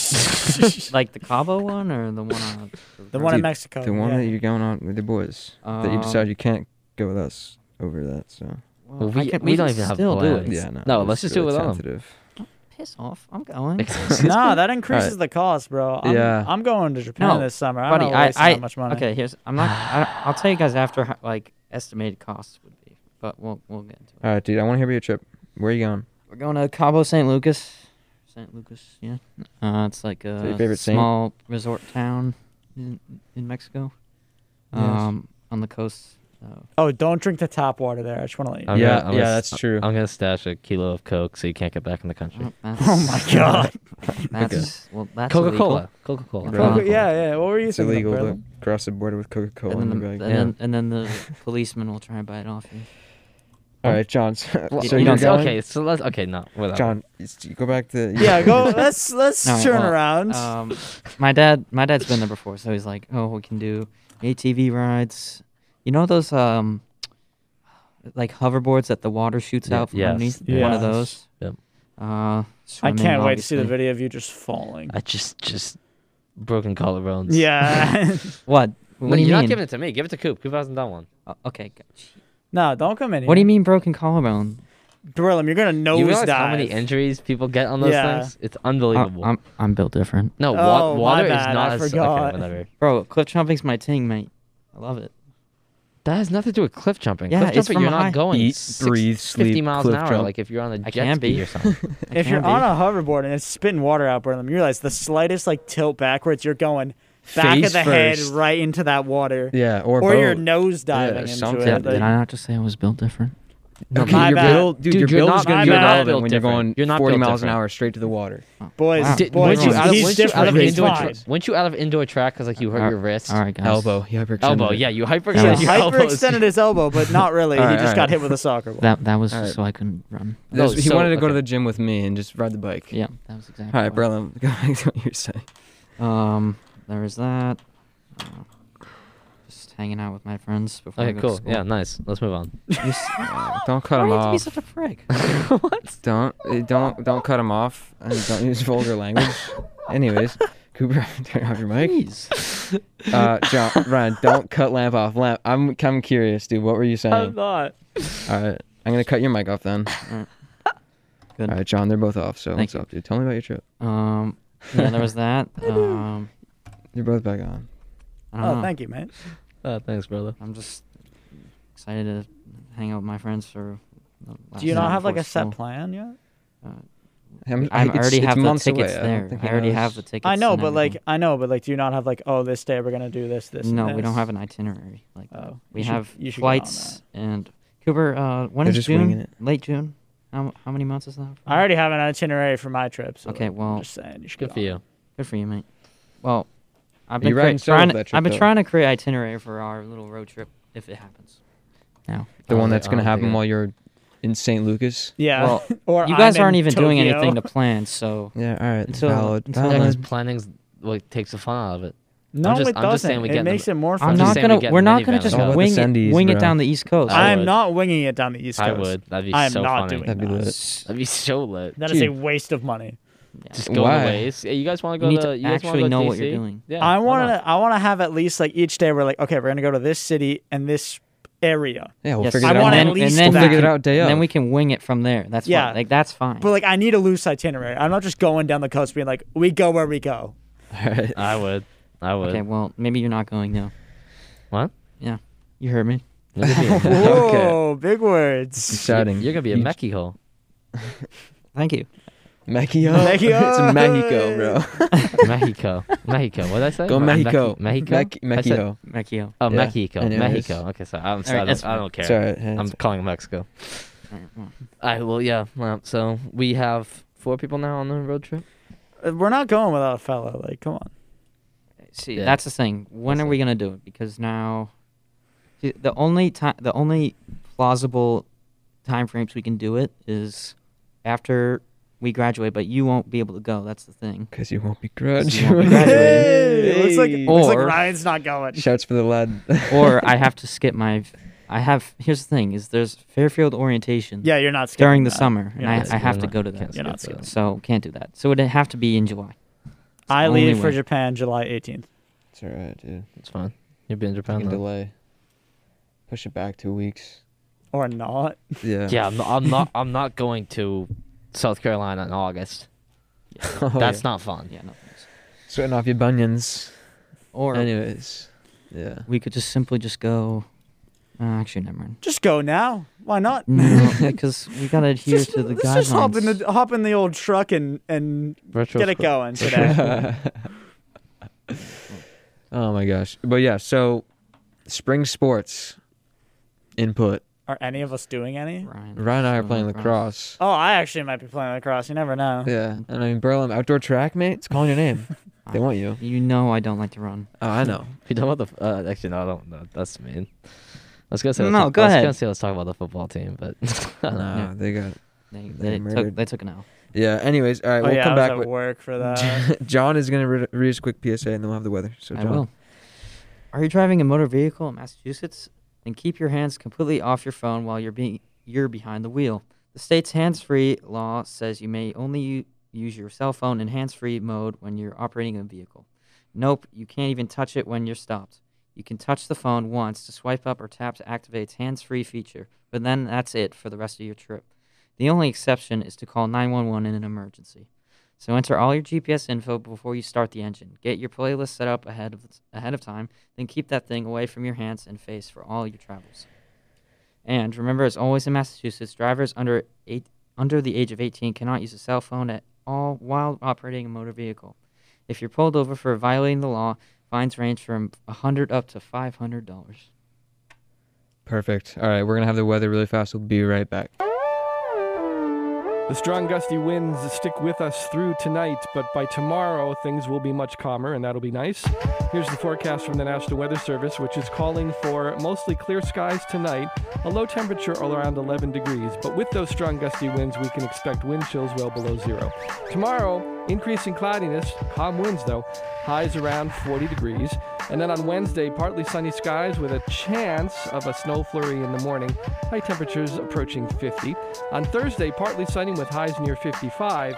Speaker 2: like the Cabo one or the one on
Speaker 3: The one in
Speaker 1: Dude,
Speaker 3: Mexico.
Speaker 1: the one
Speaker 3: yeah.
Speaker 1: that you're going on with the boys that you
Speaker 2: Um,
Speaker 1: decide you can't go with us over that. So
Speaker 2: Well,
Speaker 4: Well,
Speaker 2: I
Speaker 4: we-
Speaker 2: can-
Speaker 4: we don't
Speaker 2: can
Speaker 4: even have
Speaker 2: still do it.
Speaker 4: plans.
Speaker 2: Yeah.
Speaker 1: yeah, no.
Speaker 4: no,
Speaker 1: it's
Speaker 4: let's just do it
Speaker 1: really
Speaker 4: with them.
Speaker 1: tentative.
Speaker 2: Piss off! I'm going.
Speaker 3: no, that increases the cost, bro. I'm,
Speaker 1: Yeah.
Speaker 3: I'm going to Japan
Speaker 2: No,
Speaker 3: this summer.
Speaker 2: buddy,
Speaker 3: I'm
Speaker 2: I-
Speaker 3: not wasting
Speaker 2: I-
Speaker 3: that much money.
Speaker 2: Okay, here's I'm not. I, I'll tell you guys after how, like estimated costs would be, but we'll we'll get into it.
Speaker 1: All right, dude. I want to hear about your trip. Where are you going?
Speaker 2: We're going to Cabo San Lucas. San Lucas, yeah. Uh, it's like
Speaker 1: that your
Speaker 2: a
Speaker 1: favorite saint?
Speaker 2: small resort town in, in Mexico,
Speaker 1: Yes.
Speaker 2: um, on the coast. Uh,
Speaker 3: Oh, don't drink the tap water there. I just want to let you know.
Speaker 4: I'm
Speaker 1: yeah,
Speaker 4: gonna- I'm
Speaker 1: yeah,
Speaker 4: gonna-
Speaker 1: that's true.
Speaker 4: I'm gonna stash a kilo of Coke so you can't get back in the country.
Speaker 3: Oh my god.
Speaker 2: That's well, that's
Speaker 4: Coca Cola.
Speaker 2: illegal.
Speaker 4: Coca Cola.
Speaker 1: Coca-
Speaker 3: Coca- yeah, yeah. What were you
Speaker 1: It's
Speaker 3: thinking?
Speaker 1: illegal
Speaker 3: brother?
Speaker 1: to cross the border with Coca-Cola.
Speaker 2: And
Speaker 1: and
Speaker 2: then, the, and,
Speaker 1: be like,
Speaker 2: then, and then the policeman will try and bite it off you.
Speaker 1: All right, John. So,
Speaker 4: Well,
Speaker 1: so
Speaker 2: you
Speaker 1: you're
Speaker 2: don't-
Speaker 1: going,
Speaker 4: okay, so let's. Okay, no. Whatever.
Speaker 1: John. it's- You go back to
Speaker 3: Yeah, go. Let's let's
Speaker 2: No,
Speaker 3: turn
Speaker 2: well,
Speaker 3: around.
Speaker 2: Um, my dad, my dad's been there before, so he's like, "Oh, we can do ATV rides. You know those um, like hoverboards that the water shoots
Speaker 4: Ye-
Speaker 2: out from
Speaker 4: yes,
Speaker 2: underneath.
Speaker 3: yes.
Speaker 2: One of those.
Speaker 4: Yep.
Speaker 2: Uh,
Speaker 3: I
Speaker 2: swimming,
Speaker 3: can't wait to see the
Speaker 2: obviously.
Speaker 3: video of you just falling.
Speaker 4: I just just broken collarbones.
Speaker 3: Yeah.
Speaker 2: What? What
Speaker 4: No,
Speaker 2: do you
Speaker 4: you're
Speaker 2: mean?
Speaker 4: not giving it to me. Give it to Coop. Coop hasn't done one.
Speaker 2: Uh, okay. g-
Speaker 3: no, don't come in here.
Speaker 2: What do you mean broken collarbone?
Speaker 3: Dwellum, you're gonna nose
Speaker 4: you realize
Speaker 3: dive.
Speaker 4: how many injuries people get on those
Speaker 3: Yeah.
Speaker 4: things? It's
Speaker 2: Uh,
Speaker 4: unbelievable.
Speaker 2: I'm I'm built different,
Speaker 4: no, wa-
Speaker 3: Oh, my
Speaker 4: water is
Speaker 3: bad,
Speaker 4: not
Speaker 3: I
Speaker 4: as okay,
Speaker 3: forgot.
Speaker 4: whatever.
Speaker 2: bro. Cliff jumping's my thing, mate. I love it.
Speaker 4: That has nothing to do with cliff jumping.
Speaker 2: Yeah,
Speaker 4: cliff
Speaker 2: it's
Speaker 4: jumping,
Speaker 2: from
Speaker 4: you're
Speaker 2: a high-
Speaker 4: not going
Speaker 1: Eat,
Speaker 4: six-
Speaker 1: breathe,
Speaker 4: 50
Speaker 1: sleep,
Speaker 4: miles
Speaker 1: cliff
Speaker 4: an hour
Speaker 1: jump.
Speaker 4: like if you're on a
Speaker 2: I
Speaker 4: jet
Speaker 2: can
Speaker 4: ski
Speaker 2: be.
Speaker 4: or something.
Speaker 2: I
Speaker 3: If
Speaker 2: can
Speaker 3: you're
Speaker 2: be.
Speaker 3: on a hoverboard and it's spitting water out, Burnham, you realize the slightest like tilt backwards, you're going back
Speaker 1: Face
Speaker 3: of the head
Speaker 1: first.
Speaker 3: right into that water,
Speaker 1: Yeah, or
Speaker 3: or you're
Speaker 1: both.
Speaker 3: nose diving into
Speaker 1: something.
Speaker 2: did,
Speaker 3: it.
Speaker 2: did
Speaker 3: Like,
Speaker 2: I not just say I was built different?
Speaker 1: Okay,
Speaker 3: My
Speaker 1: your
Speaker 3: bad.
Speaker 1: build, dude,
Speaker 4: Dude,
Speaker 1: your
Speaker 4: you're
Speaker 1: build
Speaker 4: not-
Speaker 1: is going
Speaker 3: my
Speaker 1: to be
Speaker 3: bad.
Speaker 1: relevant when you're
Speaker 4: Built
Speaker 1: going
Speaker 4: different. You're not
Speaker 1: 40
Speaker 4: built
Speaker 1: miles an
Speaker 4: different.
Speaker 1: hour straight to the water.
Speaker 2: Oh,
Speaker 3: boys,
Speaker 2: wow.
Speaker 4: Did,
Speaker 3: boys,
Speaker 4: weren't you,
Speaker 1: he's
Speaker 4: out of, weren't you
Speaker 3: different.
Speaker 4: out of
Speaker 3: He's
Speaker 4: indoor
Speaker 3: fine.
Speaker 4: tra- weren't you out of indoor track because like you hurt
Speaker 2: All-
Speaker 4: your wrist?
Speaker 2: All right, guys.
Speaker 1: Elbow, yeah,
Speaker 4: elbow. Yeah, you
Speaker 3: He
Speaker 4: hyperextended
Speaker 2: was
Speaker 3: just
Speaker 4: your
Speaker 3: hyperextended
Speaker 4: elbow.
Speaker 3: his elbow, but not really.
Speaker 1: All right,
Speaker 3: he just
Speaker 1: all
Speaker 3: got
Speaker 1: right.
Speaker 3: hit with a soccer ball.
Speaker 2: That that was
Speaker 1: All
Speaker 2: just so I couldn't run.
Speaker 1: That's-
Speaker 4: Oh,
Speaker 1: he
Speaker 4: so-
Speaker 1: wanted to go to
Speaker 4: okay.
Speaker 1: the gym with me and just ride the bike.
Speaker 2: Yeah, that was exactly.
Speaker 1: All right,
Speaker 2: why.
Speaker 1: Brelum, go back to what you're saying.
Speaker 2: Um, there was that. Uh, just hanging out with my friends before I
Speaker 4: Okay,
Speaker 2: go to
Speaker 4: cool.
Speaker 2: school.
Speaker 4: Yeah, nice. Let's move on.
Speaker 2: You s-
Speaker 1: Uh, don't cut
Speaker 2: Why
Speaker 1: him
Speaker 2: do you have to be
Speaker 1: off.
Speaker 2: such a prick?
Speaker 1: Don't eh, don't don't cut him off and don't use vulgar language. Anyways, Cooper, turn off your mic.
Speaker 2: Jeez.
Speaker 1: Uh, John, Ryan, don't cut lamp off. Lamp, I'm I'm curious, dude. What were you saying?
Speaker 2: Oh,
Speaker 3: I'm not.
Speaker 1: All right, I'm gonna cut your mic off then.
Speaker 2: Alright.
Speaker 1: All
Speaker 2: Good.
Speaker 1: right, John, they're both off. So
Speaker 2: Thank
Speaker 1: what's
Speaker 2: you.
Speaker 1: up, dude? Tell me about your trip.
Speaker 2: Um, yeah, there was that. Um,
Speaker 1: You're both back on.
Speaker 2: I don't
Speaker 3: Oh,
Speaker 2: know.
Speaker 3: thank you, man.
Speaker 4: Uh, thanks, brother.
Speaker 2: I'm just excited to hang out with my friends for. the last
Speaker 3: Do you not
Speaker 2: night
Speaker 3: have like
Speaker 2: before
Speaker 3: a set
Speaker 2: school.
Speaker 3: plan yet?
Speaker 1: I'm,
Speaker 2: I
Speaker 1: it's-
Speaker 2: already
Speaker 1: it's
Speaker 2: have the
Speaker 1: months
Speaker 2: tickets
Speaker 1: away. I don't
Speaker 2: there.
Speaker 1: think
Speaker 2: I,
Speaker 1: he
Speaker 2: already
Speaker 1: knows.
Speaker 2: have the tickets.
Speaker 3: I know,
Speaker 2: and
Speaker 3: but like,
Speaker 2: everything.
Speaker 3: I know, but like, do you not have like, oh, this day we're gonna do this, this.
Speaker 2: no,
Speaker 3: and
Speaker 2: we don't
Speaker 3: this?
Speaker 2: have an itinerary. Like,
Speaker 3: Oh,
Speaker 2: we
Speaker 3: you should-
Speaker 2: have
Speaker 3: you should get on
Speaker 2: flights and Cooper. Uh, when
Speaker 1: They're
Speaker 2: is
Speaker 1: just winging
Speaker 2: June?
Speaker 1: it.
Speaker 2: Late June. How how many months is that?
Speaker 3: I already have an itinerary for my trip. So
Speaker 2: Okay, well,
Speaker 3: just saying, you should
Speaker 4: Good
Speaker 3: get
Speaker 4: for
Speaker 3: on
Speaker 4: you.
Speaker 2: Good for you, mate. Well, I've
Speaker 1: You
Speaker 2: been
Speaker 1: ride
Speaker 2: crea-
Speaker 1: and solo
Speaker 2: trying.
Speaker 1: that trip,
Speaker 2: I've been
Speaker 1: though.
Speaker 2: trying to create itinerary for our little road trip if it happens. Now,
Speaker 1: The
Speaker 4: Oh,
Speaker 1: one
Speaker 4: they-
Speaker 1: that's gonna
Speaker 4: oh, they
Speaker 1: happen
Speaker 4: got-
Speaker 1: while you're in St. Lucas.
Speaker 3: Yeah.
Speaker 2: Well,
Speaker 3: or
Speaker 2: you
Speaker 3: I'm
Speaker 2: guys
Speaker 3: in
Speaker 2: aren't even doing
Speaker 3: Tokyo.
Speaker 2: anything to plan, so
Speaker 1: Yeah, all right.
Speaker 2: Until-
Speaker 1: valid.
Speaker 2: until-
Speaker 1: valid.
Speaker 4: Yeah, 'cause planning's what takes the fun out of it.
Speaker 3: No,
Speaker 4: I'm just-
Speaker 3: it
Speaker 4: I'm just
Speaker 3: doesn't.
Speaker 4: saying we
Speaker 3: it
Speaker 4: get them-
Speaker 3: makes it more fun.
Speaker 2: I'm
Speaker 4: just
Speaker 2: not
Speaker 4: saying we
Speaker 2: gonna.
Speaker 4: get
Speaker 2: We're
Speaker 4: the
Speaker 2: not gonna
Speaker 4: minivan
Speaker 2: just
Speaker 1: out. How about the
Speaker 2: wing
Speaker 1: Sundays,
Speaker 2: it, wing it
Speaker 1: bro?
Speaker 2: down the East Coast.
Speaker 4: I
Speaker 3: I'm
Speaker 4: would.
Speaker 3: not winging it down the East Coast.
Speaker 4: I would. That'd be
Speaker 3: I am
Speaker 4: so
Speaker 3: not
Speaker 4: funny.
Speaker 3: doing
Speaker 1: That'd be
Speaker 3: that.
Speaker 1: lit.
Speaker 2: S-
Speaker 4: That'd be so lit.
Speaker 3: That is a
Speaker 1: Dude.
Speaker 3: waste of money.
Speaker 4: Just go
Speaker 1: Why?
Speaker 4: to waste. Yeah, you guys want to
Speaker 2: You
Speaker 4: go
Speaker 2: need
Speaker 4: to?
Speaker 2: to
Speaker 4: you guys wanna
Speaker 2: actually
Speaker 4: go
Speaker 2: know
Speaker 4: to
Speaker 2: what you're
Speaker 4: DC?
Speaker 2: doing.
Speaker 4: Yeah,
Speaker 3: I
Speaker 4: why
Speaker 3: want
Speaker 4: not?
Speaker 3: to. I want to have at least like each day we're like, okay, we're gonna go to this city and this area.
Speaker 1: yeah, we'll
Speaker 2: yes,
Speaker 1: figure
Speaker 3: I
Speaker 1: it out.
Speaker 3: want
Speaker 1: on-
Speaker 3: at
Speaker 2: and, and
Speaker 3: least
Speaker 2: then
Speaker 1: we'll
Speaker 2: we
Speaker 1: figure it
Speaker 2: can-
Speaker 1: out day
Speaker 2: and
Speaker 1: of.
Speaker 2: Then we can wing it from there. That's
Speaker 3: Yeah.
Speaker 2: fine. Like that's fine.
Speaker 3: But like, I need a loose itinerary. I'm not just going down the coast being like, we go where we go.
Speaker 1: all right.
Speaker 4: I would. I would.
Speaker 2: okay, well, maybe you're not going now.
Speaker 4: What?
Speaker 2: Yeah, you heard me.
Speaker 4: Look at you.
Speaker 3: Whoa, big words.
Speaker 1: Exciting.
Speaker 4: You're gonna be a
Speaker 1: You-
Speaker 4: Mecky hole.
Speaker 2: Thank you.
Speaker 1: Mexico.
Speaker 3: Mexico.
Speaker 1: it's Mexico, bro.
Speaker 4: Mexico. Mexico. What did I say?
Speaker 1: Go
Speaker 4: Me-
Speaker 1: Mexico.
Speaker 4: Mexico.
Speaker 1: Mec-
Speaker 4: I said-
Speaker 1: Mexico.
Speaker 2: Macchio.
Speaker 4: Oh,
Speaker 1: Yeah.
Speaker 4: Mexico.
Speaker 1: Anyways.
Speaker 4: Mexico. Okay, so I'm
Speaker 2: right,
Speaker 4: sorry. I,
Speaker 2: that's
Speaker 4: don't, I don't care.
Speaker 1: It's all right. hey,
Speaker 4: I'm
Speaker 1: it's-
Speaker 4: calling it Mexico.
Speaker 2: All right, well,
Speaker 4: All right. Well, yeah. Well, so we have four people now on the road trip.
Speaker 3: Uh, We're not going without a fellow. Like, come on.
Speaker 2: see,
Speaker 4: Yeah.
Speaker 2: that's the thing. When are we gonna do it? Because now, the- the only time, the only plausible time frames we can do it is after we graduate. But you won't be able to go. That's the thing.
Speaker 1: Because you won't be
Speaker 2: You won't begrudge.
Speaker 3: Hey, it looks like it looks like
Speaker 2: Or-
Speaker 3: Ryan's not going.
Speaker 1: Shouts for the lad.
Speaker 2: Or I have to skip my. I have. Here's the thing: is there's Fairfield orientation
Speaker 3: Yeah, you're not skipping
Speaker 2: during the
Speaker 3: that.
Speaker 2: summer, and
Speaker 3: Yeah,
Speaker 2: I,
Speaker 3: that's
Speaker 2: I have
Speaker 4: good.
Speaker 2: to go to
Speaker 4: Can't
Speaker 2: that.
Speaker 3: You're not
Speaker 4: skip that.
Speaker 2: So can't do that. So it'd have to be in July.
Speaker 3: I
Speaker 2: Only
Speaker 3: leave for
Speaker 2: way.
Speaker 3: Japan July 18th.
Speaker 1: it's alright, dude.
Speaker 4: It's fine. You'll be in
Speaker 1: I
Speaker 4: Japan.
Speaker 1: can
Speaker 4: Though.
Speaker 1: delay. Push it back two weeks.
Speaker 3: Or not.
Speaker 1: Yeah.
Speaker 4: Yeah, I'm not, I'm not. I'm not going to South Carolina in August.
Speaker 1: Oh,
Speaker 4: That's
Speaker 1: yeah.
Speaker 4: not fun.
Speaker 2: Yeah, no. thanks.
Speaker 1: sweating off your bunions.
Speaker 2: Or
Speaker 1: Anyways. Yeah.
Speaker 2: we could just simply just go. Uh, actually, never mind.
Speaker 3: Just go now. Why not?
Speaker 2: No, because we gotta adhere
Speaker 3: Just-
Speaker 2: to the
Speaker 3: let's
Speaker 2: guidelines.
Speaker 3: just hop in the hop in the old truck and and
Speaker 4: Virtual
Speaker 3: get it
Speaker 4: school-
Speaker 3: going today.
Speaker 1: Oh my gosh. But yeah, so spring sports input.
Speaker 3: Are any of us doing any?
Speaker 2: Ryan,
Speaker 1: Ryan and I are playing
Speaker 2: Ryan.
Speaker 1: lacrosse.
Speaker 3: Oh, I actually might be playing lacrosse. You never know.
Speaker 1: Yeah. And I mean Berlin outdoor track, mate, it's calling your name. they want you.
Speaker 2: You know I don't like to run.
Speaker 1: Oh, I know.
Speaker 4: You talking about the? Uh, actually, no, I don't know. That's mean. I was gonna say. let's
Speaker 2: No,
Speaker 4: talk-
Speaker 2: go
Speaker 4: I was
Speaker 2: ahead.
Speaker 4: gonna say let's talk about the football team, but I don't know.
Speaker 1: Nah, they got
Speaker 2: They,
Speaker 1: They
Speaker 2: they, took,
Speaker 1: murdered-
Speaker 2: they took an L.
Speaker 1: Yeah, anyways, all right,
Speaker 3: Oh
Speaker 1: we'll
Speaker 3: yeah,
Speaker 1: come
Speaker 3: I was
Speaker 1: back
Speaker 3: at
Speaker 1: with
Speaker 3: work for that.
Speaker 1: John is going to read, read his quick PSA and then we'll have the weather. So
Speaker 2: I
Speaker 1: John.
Speaker 2: will. Are you driving a motor vehicle in Massachusetts? Then keep your hands completely off your phone while you're being you're behind the wheel. The state's hands-free law says you may only u- use your cell phone in hands-free mode when you're operating a vehicle. Nope, you can't even touch it when you're stopped. You can touch the phone once to swipe up or tap to activate its hands-free feature, but then that's it for the rest of your trip. The only exception is to call 911 in an emergency. So enter all your GPS info before you start the engine. Get your playlist set up ahead of ahead of time, then keep that thing away from your hands and face for all your travels. And remember, as always in Massachusetts, drivers under eight, under the age of 18 cannot use a cell phone at all while operating a motor vehicle. If you're pulled over for violating the law, fines range from 100 up to $500.
Speaker 1: Perfect. All right, we're going to have the weather really fast. We'll be right back.
Speaker 6: The strong gusty winds stick with us through tonight, but by tomorrow things will be much calmer, and that'll be nice. Here's the forecast from the National Weather Service, which is calling for mostly clear skies tonight, a low temperature around 11 degrees, but with those strong gusty winds, we can expect wind chills well below zero. Tomorrow, increasing cloudiness, calm winds though, highs around 40 degrees, and then on Wednesday, partly sunny skies with a chance of a snow flurry in the morning, high temperatures approaching 50. On Thursday, partly sunny with highs near 55.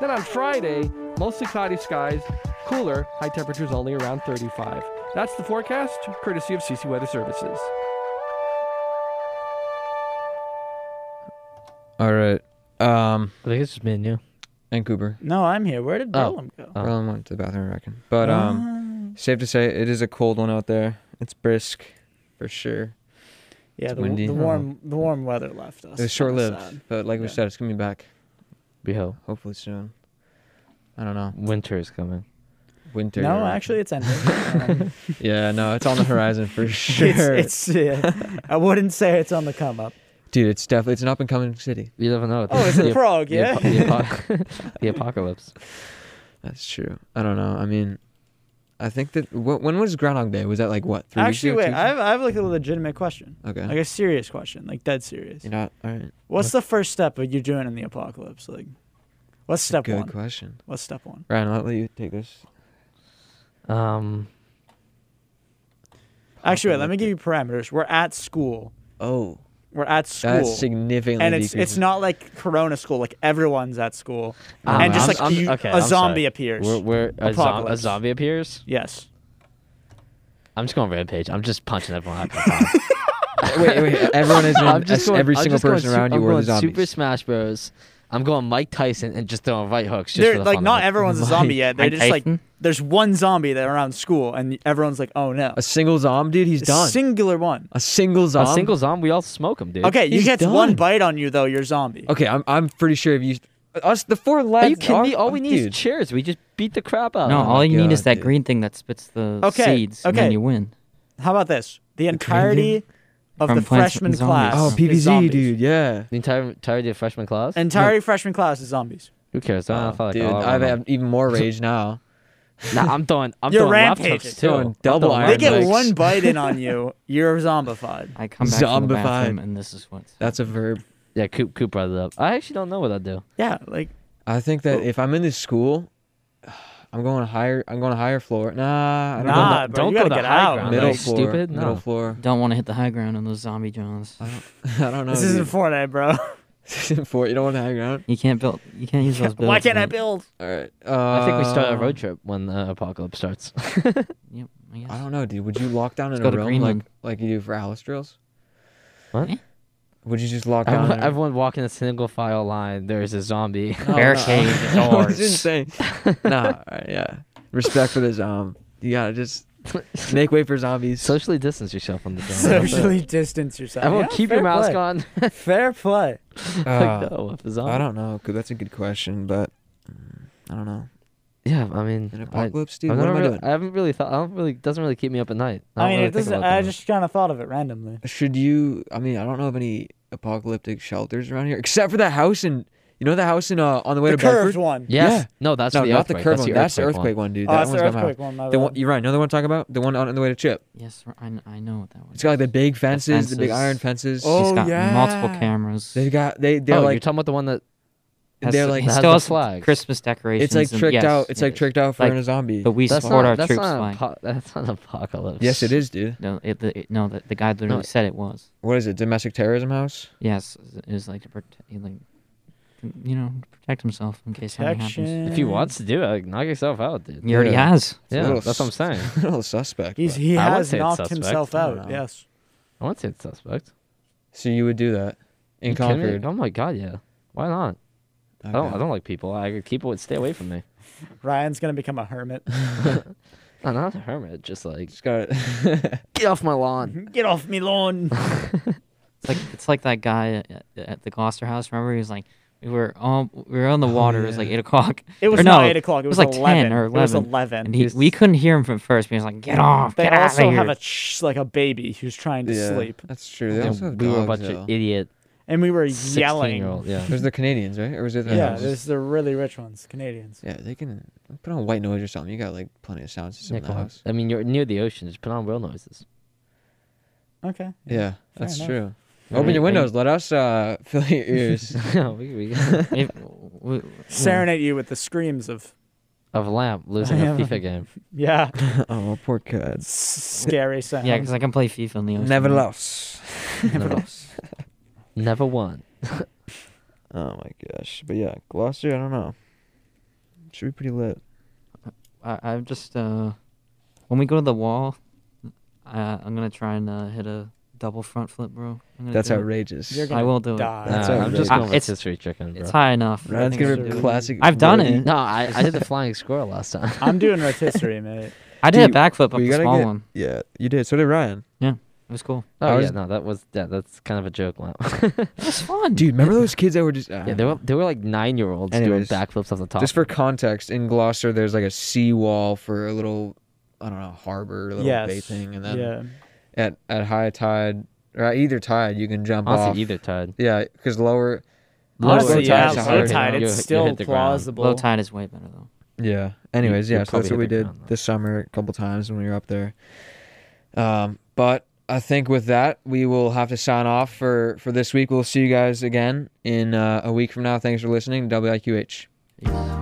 Speaker 6: Then on Friday, mostly cloudy skies, cooler, high temperatures only around 35. That's the forecast, courtesy of CC Weather Services.
Speaker 1: All right. Um
Speaker 4: I think it's just me and you.
Speaker 1: and Cooper.
Speaker 3: no, I'm here. Where did
Speaker 4: Oh.
Speaker 3: Bellum go?
Speaker 4: Oh.
Speaker 1: Berlin went to the bathroom, I reckon. But
Speaker 3: Ah.
Speaker 1: um Safe to say, it is a cold one out there. It's brisk, for sure.
Speaker 3: yeah, the,
Speaker 1: windy.
Speaker 3: the warm the warm weather left us.
Speaker 1: It was short
Speaker 3: Kinda sad.
Speaker 1: lived, but like we
Speaker 3: Yeah.
Speaker 1: said, it's gonna be back
Speaker 4: We hope
Speaker 1: hopefully soon. I don't know.
Speaker 4: winter is coming.
Speaker 1: Winter.
Speaker 3: No,
Speaker 1: you're right.
Speaker 3: actually, it's ending. Um,
Speaker 1: Yeah, no, it's on the horizon for sure.
Speaker 3: It's, it's yeah, I wouldn't say it's on the come up.
Speaker 1: Dude, it's definitely it's an up and coming city.
Speaker 4: You never know.
Speaker 3: Oh, it's
Speaker 4: The
Speaker 3: a
Speaker 4: ap-
Speaker 3: prog,
Speaker 4: the
Speaker 3: yeah.
Speaker 4: apo- the apo- the apocalypse.
Speaker 1: That's true. I don't know. I mean, I think that wh- when was Groundhog Day? Was that like what? Three
Speaker 3: Actually,
Speaker 1: weeks
Speaker 3: wait.
Speaker 1: ago,
Speaker 3: I have, I have like a legitimate question,
Speaker 1: two weeks ago? okay.
Speaker 3: like a serious question, like dead serious.
Speaker 1: You're not all right.
Speaker 3: What's the first step of you doing in the apocalypse? Like, what's step
Speaker 1: Good
Speaker 3: one?
Speaker 1: question,
Speaker 3: What's step one?
Speaker 1: Ryan. I'll let you take this.
Speaker 4: Um,
Speaker 3: Actually, wait. Let me give you parameters. We're at school.
Speaker 1: Oh,
Speaker 3: We're at school.
Speaker 1: that's significantly
Speaker 3: and it's it's
Speaker 1: decreasing.
Speaker 3: not like Corona school. Like everyone's at school,
Speaker 4: Um,
Speaker 3: and just
Speaker 4: I'm-
Speaker 3: like
Speaker 4: I'm-
Speaker 3: you,
Speaker 4: okay,
Speaker 3: a
Speaker 4: I'm
Speaker 3: zombie
Speaker 4: sorry.
Speaker 3: appears.
Speaker 4: we're, we're a, zom- a
Speaker 3: Apocalypse.
Speaker 4: zombie appears.
Speaker 3: yes.
Speaker 4: I'm just going rampage. I'm just punching everyone. out of my car.
Speaker 1: wait, wait. Everyone is
Speaker 4: I'm
Speaker 1: in,
Speaker 4: just
Speaker 1: as-
Speaker 4: going,
Speaker 1: every
Speaker 4: I'm
Speaker 1: single
Speaker 4: just going
Speaker 1: person
Speaker 4: su-
Speaker 1: around
Speaker 4: I'm
Speaker 1: you or the
Speaker 4: going
Speaker 1: zombies.
Speaker 4: Super Smash Bros. I'm going Mike Tyson and just throwing right hooks. Just for
Speaker 3: They're
Speaker 4: the
Speaker 3: like
Speaker 4: fun
Speaker 3: not
Speaker 4: of it.
Speaker 3: everyone's a zombie yet. They're
Speaker 2: Mike
Speaker 3: just like
Speaker 2: Tyson?
Speaker 3: there's one zombie that around school, and everyone's like, oh no,
Speaker 1: A single zombie, dude, he's done.
Speaker 3: singular one.
Speaker 1: a single zombie.
Speaker 4: A single zombie, we all smoke him, dude.
Speaker 3: Okay, you
Speaker 1: He's
Speaker 3: get
Speaker 1: done.
Speaker 3: one bite on you though, you're zombie.
Speaker 1: Okay, I'm I'm pretty sure if you us the four lads.
Speaker 4: Are you kidding me? All we need
Speaker 1: dude.
Speaker 4: is chairs. We just beat the crap out.
Speaker 2: No,
Speaker 4: of
Speaker 1: Oh my
Speaker 2: all you need is
Speaker 1: God,
Speaker 2: that
Speaker 1: dude.
Speaker 2: green thing that spits the
Speaker 3: Okay,
Speaker 2: seeds, and then
Speaker 3: okay.
Speaker 2: you win.
Speaker 3: How about this? The entirety of
Speaker 2: From
Speaker 3: the
Speaker 2: Plants
Speaker 3: freshman
Speaker 2: vs. Zombies.
Speaker 3: class.
Speaker 1: Oh,
Speaker 3: is
Speaker 1: PVZ,
Speaker 3: zombies.
Speaker 1: dude. Yeah.
Speaker 4: the entire entirety of freshman class.
Speaker 3: Entirety freshman class is zombies.
Speaker 4: Who cares? I don't know if I like
Speaker 1: Oh, dude,
Speaker 4: all of
Speaker 1: I
Speaker 4: them.
Speaker 1: have even more rage now.
Speaker 4: Nah, I'm throwing. I'm
Speaker 3: You're
Speaker 4: throwing left
Speaker 3: rampaging.
Speaker 4: hooks too.
Speaker 1: Throwing
Speaker 4: I'm
Speaker 1: double
Speaker 4: throwing
Speaker 1: iron
Speaker 3: They
Speaker 4: right
Speaker 3: get
Speaker 1: legs.
Speaker 4: hooks.
Speaker 3: one bite in on you, you're zombified.
Speaker 2: I come back from the
Speaker 1: Zombified.
Speaker 2: bathroom and this is what.
Speaker 1: That's a verb.
Speaker 4: Yeah, Coop Coop brought it up. I actually don't know what I'd do.
Speaker 3: Yeah, like
Speaker 1: I think that if I'm in this school, I'm going higher. I'm going to higher floor. Nah, I don't
Speaker 3: Nah,
Speaker 1: know.
Speaker 3: bro,
Speaker 4: don't
Speaker 3: you
Speaker 4: go
Speaker 3: gotta
Speaker 4: to
Speaker 3: get
Speaker 4: high
Speaker 3: out.
Speaker 4: ground.
Speaker 1: Middle
Speaker 4: Are you
Speaker 1: floor.
Speaker 4: Stupid. No.
Speaker 1: Middle floor.
Speaker 2: Don't want to hit the high ground on those zombie Johns.
Speaker 1: I don't. I don't know.
Speaker 3: this isn't
Speaker 1: dude.
Speaker 3: Fortnite, bro.
Speaker 1: This isn't for you. Don't want to high ground.
Speaker 2: You can't build. You can't use those builds.
Speaker 3: Why can't I
Speaker 2: mate.
Speaker 3: build?
Speaker 1: All right.
Speaker 4: I think we start a
Speaker 1: Um,
Speaker 4: road trip when the apocalypse starts.
Speaker 2: Yep. I guess.
Speaker 1: uh, I don't know, dude. Would you lock down in
Speaker 2: go
Speaker 1: a
Speaker 2: to
Speaker 1: room like
Speaker 2: Greenland.
Speaker 1: like you do for Alice drills?
Speaker 4: What?
Speaker 2: Eh?
Speaker 1: Would you just lock down?
Speaker 4: Everyone,
Speaker 1: in a-
Speaker 4: everyone walk in a single file line. There is a zombie.
Speaker 1: No, no.
Speaker 2: Barricade the
Speaker 1: It's
Speaker 2: doors.
Speaker 1: insane. nah, all right, yeah. Respect for the zombie. You gotta just make way for zombies.
Speaker 4: Socially distance yourself from the zombie.
Speaker 3: Socially distance yourself.
Speaker 4: Everyone,
Speaker 3: Yeah,
Speaker 4: keep
Speaker 3: fair
Speaker 4: your mask
Speaker 3: play.
Speaker 4: on.
Speaker 3: Fair play.
Speaker 1: Uh,
Speaker 4: like, no, if a zombie.
Speaker 1: I don't know. 'cause that's a good question, but mm, I don't know.
Speaker 4: Yeah, I mean,
Speaker 1: An
Speaker 4: I,
Speaker 1: apocalypse,
Speaker 4: I've
Speaker 1: dude. What
Speaker 4: never
Speaker 1: am I
Speaker 4: really-
Speaker 1: doing?
Speaker 4: I haven't really thought. I don't really doesn't really keep me up at night. I,
Speaker 3: I
Speaker 4: don't
Speaker 3: mean,
Speaker 4: really
Speaker 3: it
Speaker 4: think
Speaker 3: doesn't,
Speaker 4: about that
Speaker 3: I
Speaker 4: much.
Speaker 3: just kind of thought of it randomly.
Speaker 1: Should you? I mean, I don't know of any apocalyptic shelters around here, except for that house in. You know the house in uh, on the way
Speaker 3: The
Speaker 1: to
Speaker 3: curved
Speaker 1: Bedford.
Speaker 3: one.
Speaker 4: Yes.
Speaker 1: Yeah.
Speaker 4: No, that's
Speaker 1: no,
Speaker 4: the
Speaker 1: not the
Speaker 4: earthquake.
Speaker 1: curved one.
Speaker 4: the
Speaker 1: That's the earthquake one, dude.
Speaker 3: Oh,
Speaker 1: that
Speaker 3: that's
Speaker 1: one's
Speaker 3: the
Speaker 1: got my
Speaker 3: earthquake one. My
Speaker 1: The
Speaker 3: bad.
Speaker 1: one, you're right. Know the one I'm talking about? The one on, on the way to Chip.
Speaker 2: Yes, r- I, kn- I know what that one.
Speaker 1: It's got like the big fences, the, big
Speaker 2: fences.
Speaker 1: iron fences.
Speaker 3: Oh,
Speaker 2: She's got multiple
Speaker 3: yeah.
Speaker 2: cameras.
Speaker 1: They've got they they're
Speaker 4: Oh, you're
Speaker 1: like
Speaker 4: talking about the one that
Speaker 2: Has-
Speaker 1: they're like
Speaker 2: it
Speaker 4: that has
Speaker 2: still
Speaker 4: the
Speaker 2: has
Speaker 4: flags.
Speaker 2: Christmas decorations.
Speaker 1: it's like
Speaker 2: and-
Speaker 1: tricked
Speaker 2: yes,
Speaker 1: out. It's
Speaker 2: it
Speaker 1: like
Speaker 2: is.
Speaker 1: tricked out for
Speaker 2: Like,
Speaker 1: a zombie.
Speaker 2: But we
Speaker 4: that's
Speaker 2: support
Speaker 4: not,
Speaker 2: our
Speaker 4: that's
Speaker 2: troops.
Speaker 4: Not an
Speaker 2: flag.
Speaker 4: apo- that's not an apocalypse.
Speaker 1: yes, it is, dude.
Speaker 2: no, it, the, it- no, the, the guy literally said it was.
Speaker 1: What is it? Domestic terrorism house?
Speaker 2: Yes, it was like to protect, like, you know, protect himself in case something happens.
Speaker 3: Protection.
Speaker 4: If he wants to do it, like, knock yourself out, dude.
Speaker 2: He already
Speaker 1: Yeah.
Speaker 2: has.
Speaker 1: a
Speaker 4: Yeah,
Speaker 1: little
Speaker 4: that's what I'm saying.
Speaker 1: A little suspect.
Speaker 3: He's,
Speaker 1: but-
Speaker 3: he
Speaker 4: I wouldn't
Speaker 3: has
Speaker 4: say it's
Speaker 3: knocked
Speaker 4: suspect.
Speaker 3: himself
Speaker 1: I don't
Speaker 3: out.
Speaker 1: know.
Speaker 3: Yes.
Speaker 4: I won't say it's suspect.
Speaker 1: so you would do that in
Speaker 4: You kidding me?
Speaker 1: Concord?
Speaker 4: Oh my god, yeah. Why not? I don't. I don't like people. I could keep away. Stay away from me.
Speaker 3: Ryan's gonna become a hermit.
Speaker 4: I'm not a hermit. Just like
Speaker 1: Just got
Speaker 4: get off my lawn.
Speaker 3: Get off me lawn.
Speaker 2: It's like it's like that guy at, at the Gloucester House. Remember, he was like, we were all we were on the water. It was
Speaker 1: Oh,
Speaker 2: like eight o'clock.
Speaker 3: It was
Speaker 2: Or no,
Speaker 3: not eight o'clock. It
Speaker 2: it
Speaker 3: was,
Speaker 2: was like
Speaker 3: 11.
Speaker 2: 10 or
Speaker 3: It was
Speaker 2: 11.
Speaker 3: eleven.
Speaker 2: And he, we couldn't hear him from first. But he was like, "Get off!
Speaker 3: they
Speaker 2: get out
Speaker 3: also
Speaker 2: of here!"
Speaker 3: have a ch- like a baby who's trying to
Speaker 1: yeah,
Speaker 3: sleep,
Speaker 1: That's true. They also have
Speaker 4: we were a
Speaker 1: dogs,
Speaker 4: bunch
Speaker 1: though.
Speaker 4: of idiot
Speaker 3: and we were
Speaker 4: 16 year
Speaker 3: yelling.
Speaker 4: old. Yeah.
Speaker 1: It was the Canadians, right? Or was it? The
Speaker 3: Yeah,
Speaker 1: houses?
Speaker 3: there's the really rich ones, Canadians.
Speaker 1: yeah. They can put on white noise or something. You got like plenty of sound system
Speaker 4: Yeah,
Speaker 1: in the
Speaker 4: come on.
Speaker 1: house.
Speaker 4: I mean, you're near the ocean. Just put on whale noises.
Speaker 3: Okay.
Speaker 1: Yeah, that's
Speaker 3: enough.
Speaker 1: true.
Speaker 4: Yeah,
Speaker 1: Open your
Speaker 4: you- you-
Speaker 1: windows. Let us uh, fill your ears.
Speaker 4: No, we, we,
Speaker 2: If- w- w-
Speaker 3: Serenade you with the screams of
Speaker 4: of lamp losing a
Speaker 3: Yeah.
Speaker 4: FIFA game.
Speaker 3: yeah,
Speaker 1: oh, poor kids.
Speaker 3: s- scary sounds.
Speaker 2: yeah, because I can play FIFA in the ocean.
Speaker 1: Never
Speaker 2: right?
Speaker 1: lost.
Speaker 4: Never lost. Never won.
Speaker 1: Oh my gosh. But yeah, Gloucester, I don't know. Should be pretty lit.
Speaker 2: I, I've just uh, when we go to the wall, I, I'm gonna try and uh, hit a double front flip, bro. I'm gonna
Speaker 1: That's
Speaker 2: do it.
Speaker 1: outrageous.
Speaker 3: You're
Speaker 2: I
Speaker 3: gonna
Speaker 2: will do it.
Speaker 3: die.
Speaker 1: That's
Speaker 4: Nah,
Speaker 1: all
Speaker 4: I'm just
Speaker 1: right.
Speaker 4: going with
Speaker 2: It's-
Speaker 4: history chicken, bro.
Speaker 2: It's high enough. I
Speaker 1: Ryan's
Speaker 2: think I
Speaker 1: gonna
Speaker 2: can
Speaker 1: be
Speaker 2: do
Speaker 1: a
Speaker 2: it.
Speaker 1: classic.
Speaker 2: I've done
Speaker 1: roadie.
Speaker 2: it.
Speaker 4: no, I, I did the flying squirrel last time.
Speaker 3: I'm doing rotisserie, mate.
Speaker 2: I
Speaker 1: Do
Speaker 2: did a
Speaker 1: you-
Speaker 2: backflip up
Speaker 1: we
Speaker 2: the
Speaker 1: gotta
Speaker 2: small
Speaker 1: get-
Speaker 2: one.
Speaker 1: Yeah, you did. So did Ryan.
Speaker 2: It was cool.
Speaker 1: I
Speaker 4: Oh yeah,
Speaker 1: was-
Speaker 4: no, that was yeah, that's kind of a joke. Wow.
Speaker 2: It was fun,
Speaker 1: Dude, remember those kids that were just.
Speaker 4: yeah, they were they were like nine year olds doing
Speaker 1: Anyways,
Speaker 4: backflips off the top.
Speaker 1: Just for context, in Gloucester, there's like a seawall for a little, I don't know, harbor, little
Speaker 3: Yes.
Speaker 1: bay thing. And then
Speaker 3: yeah.
Speaker 1: at, at high tide, or at either tide, you can jump
Speaker 4: honestly
Speaker 1: off.
Speaker 4: either tide.
Speaker 1: Yeah, because lower.
Speaker 3: Honestly,
Speaker 1: low
Speaker 3: yeah,
Speaker 1: tide's
Speaker 3: low
Speaker 1: higher.
Speaker 3: tide.
Speaker 4: You-
Speaker 3: It's
Speaker 4: you
Speaker 3: still
Speaker 4: hit the ground.
Speaker 3: plausible.
Speaker 2: Low tide is way better though.
Speaker 1: Yeah. Anyways, yeah,
Speaker 4: you
Speaker 1: so that's
Speaker 4: probably
Speaker 1: what we
Speaker 4: hit the
Speaker 1: did
Speaker 4: ground, though.
Speaker 1: this summer a couple times when we were up there. Um, but I think with that we will have to sign off for for this week. We'll see you guys again in uh, a week from now. Thanks for listening. WIQH.
Speaker 2: Jeez.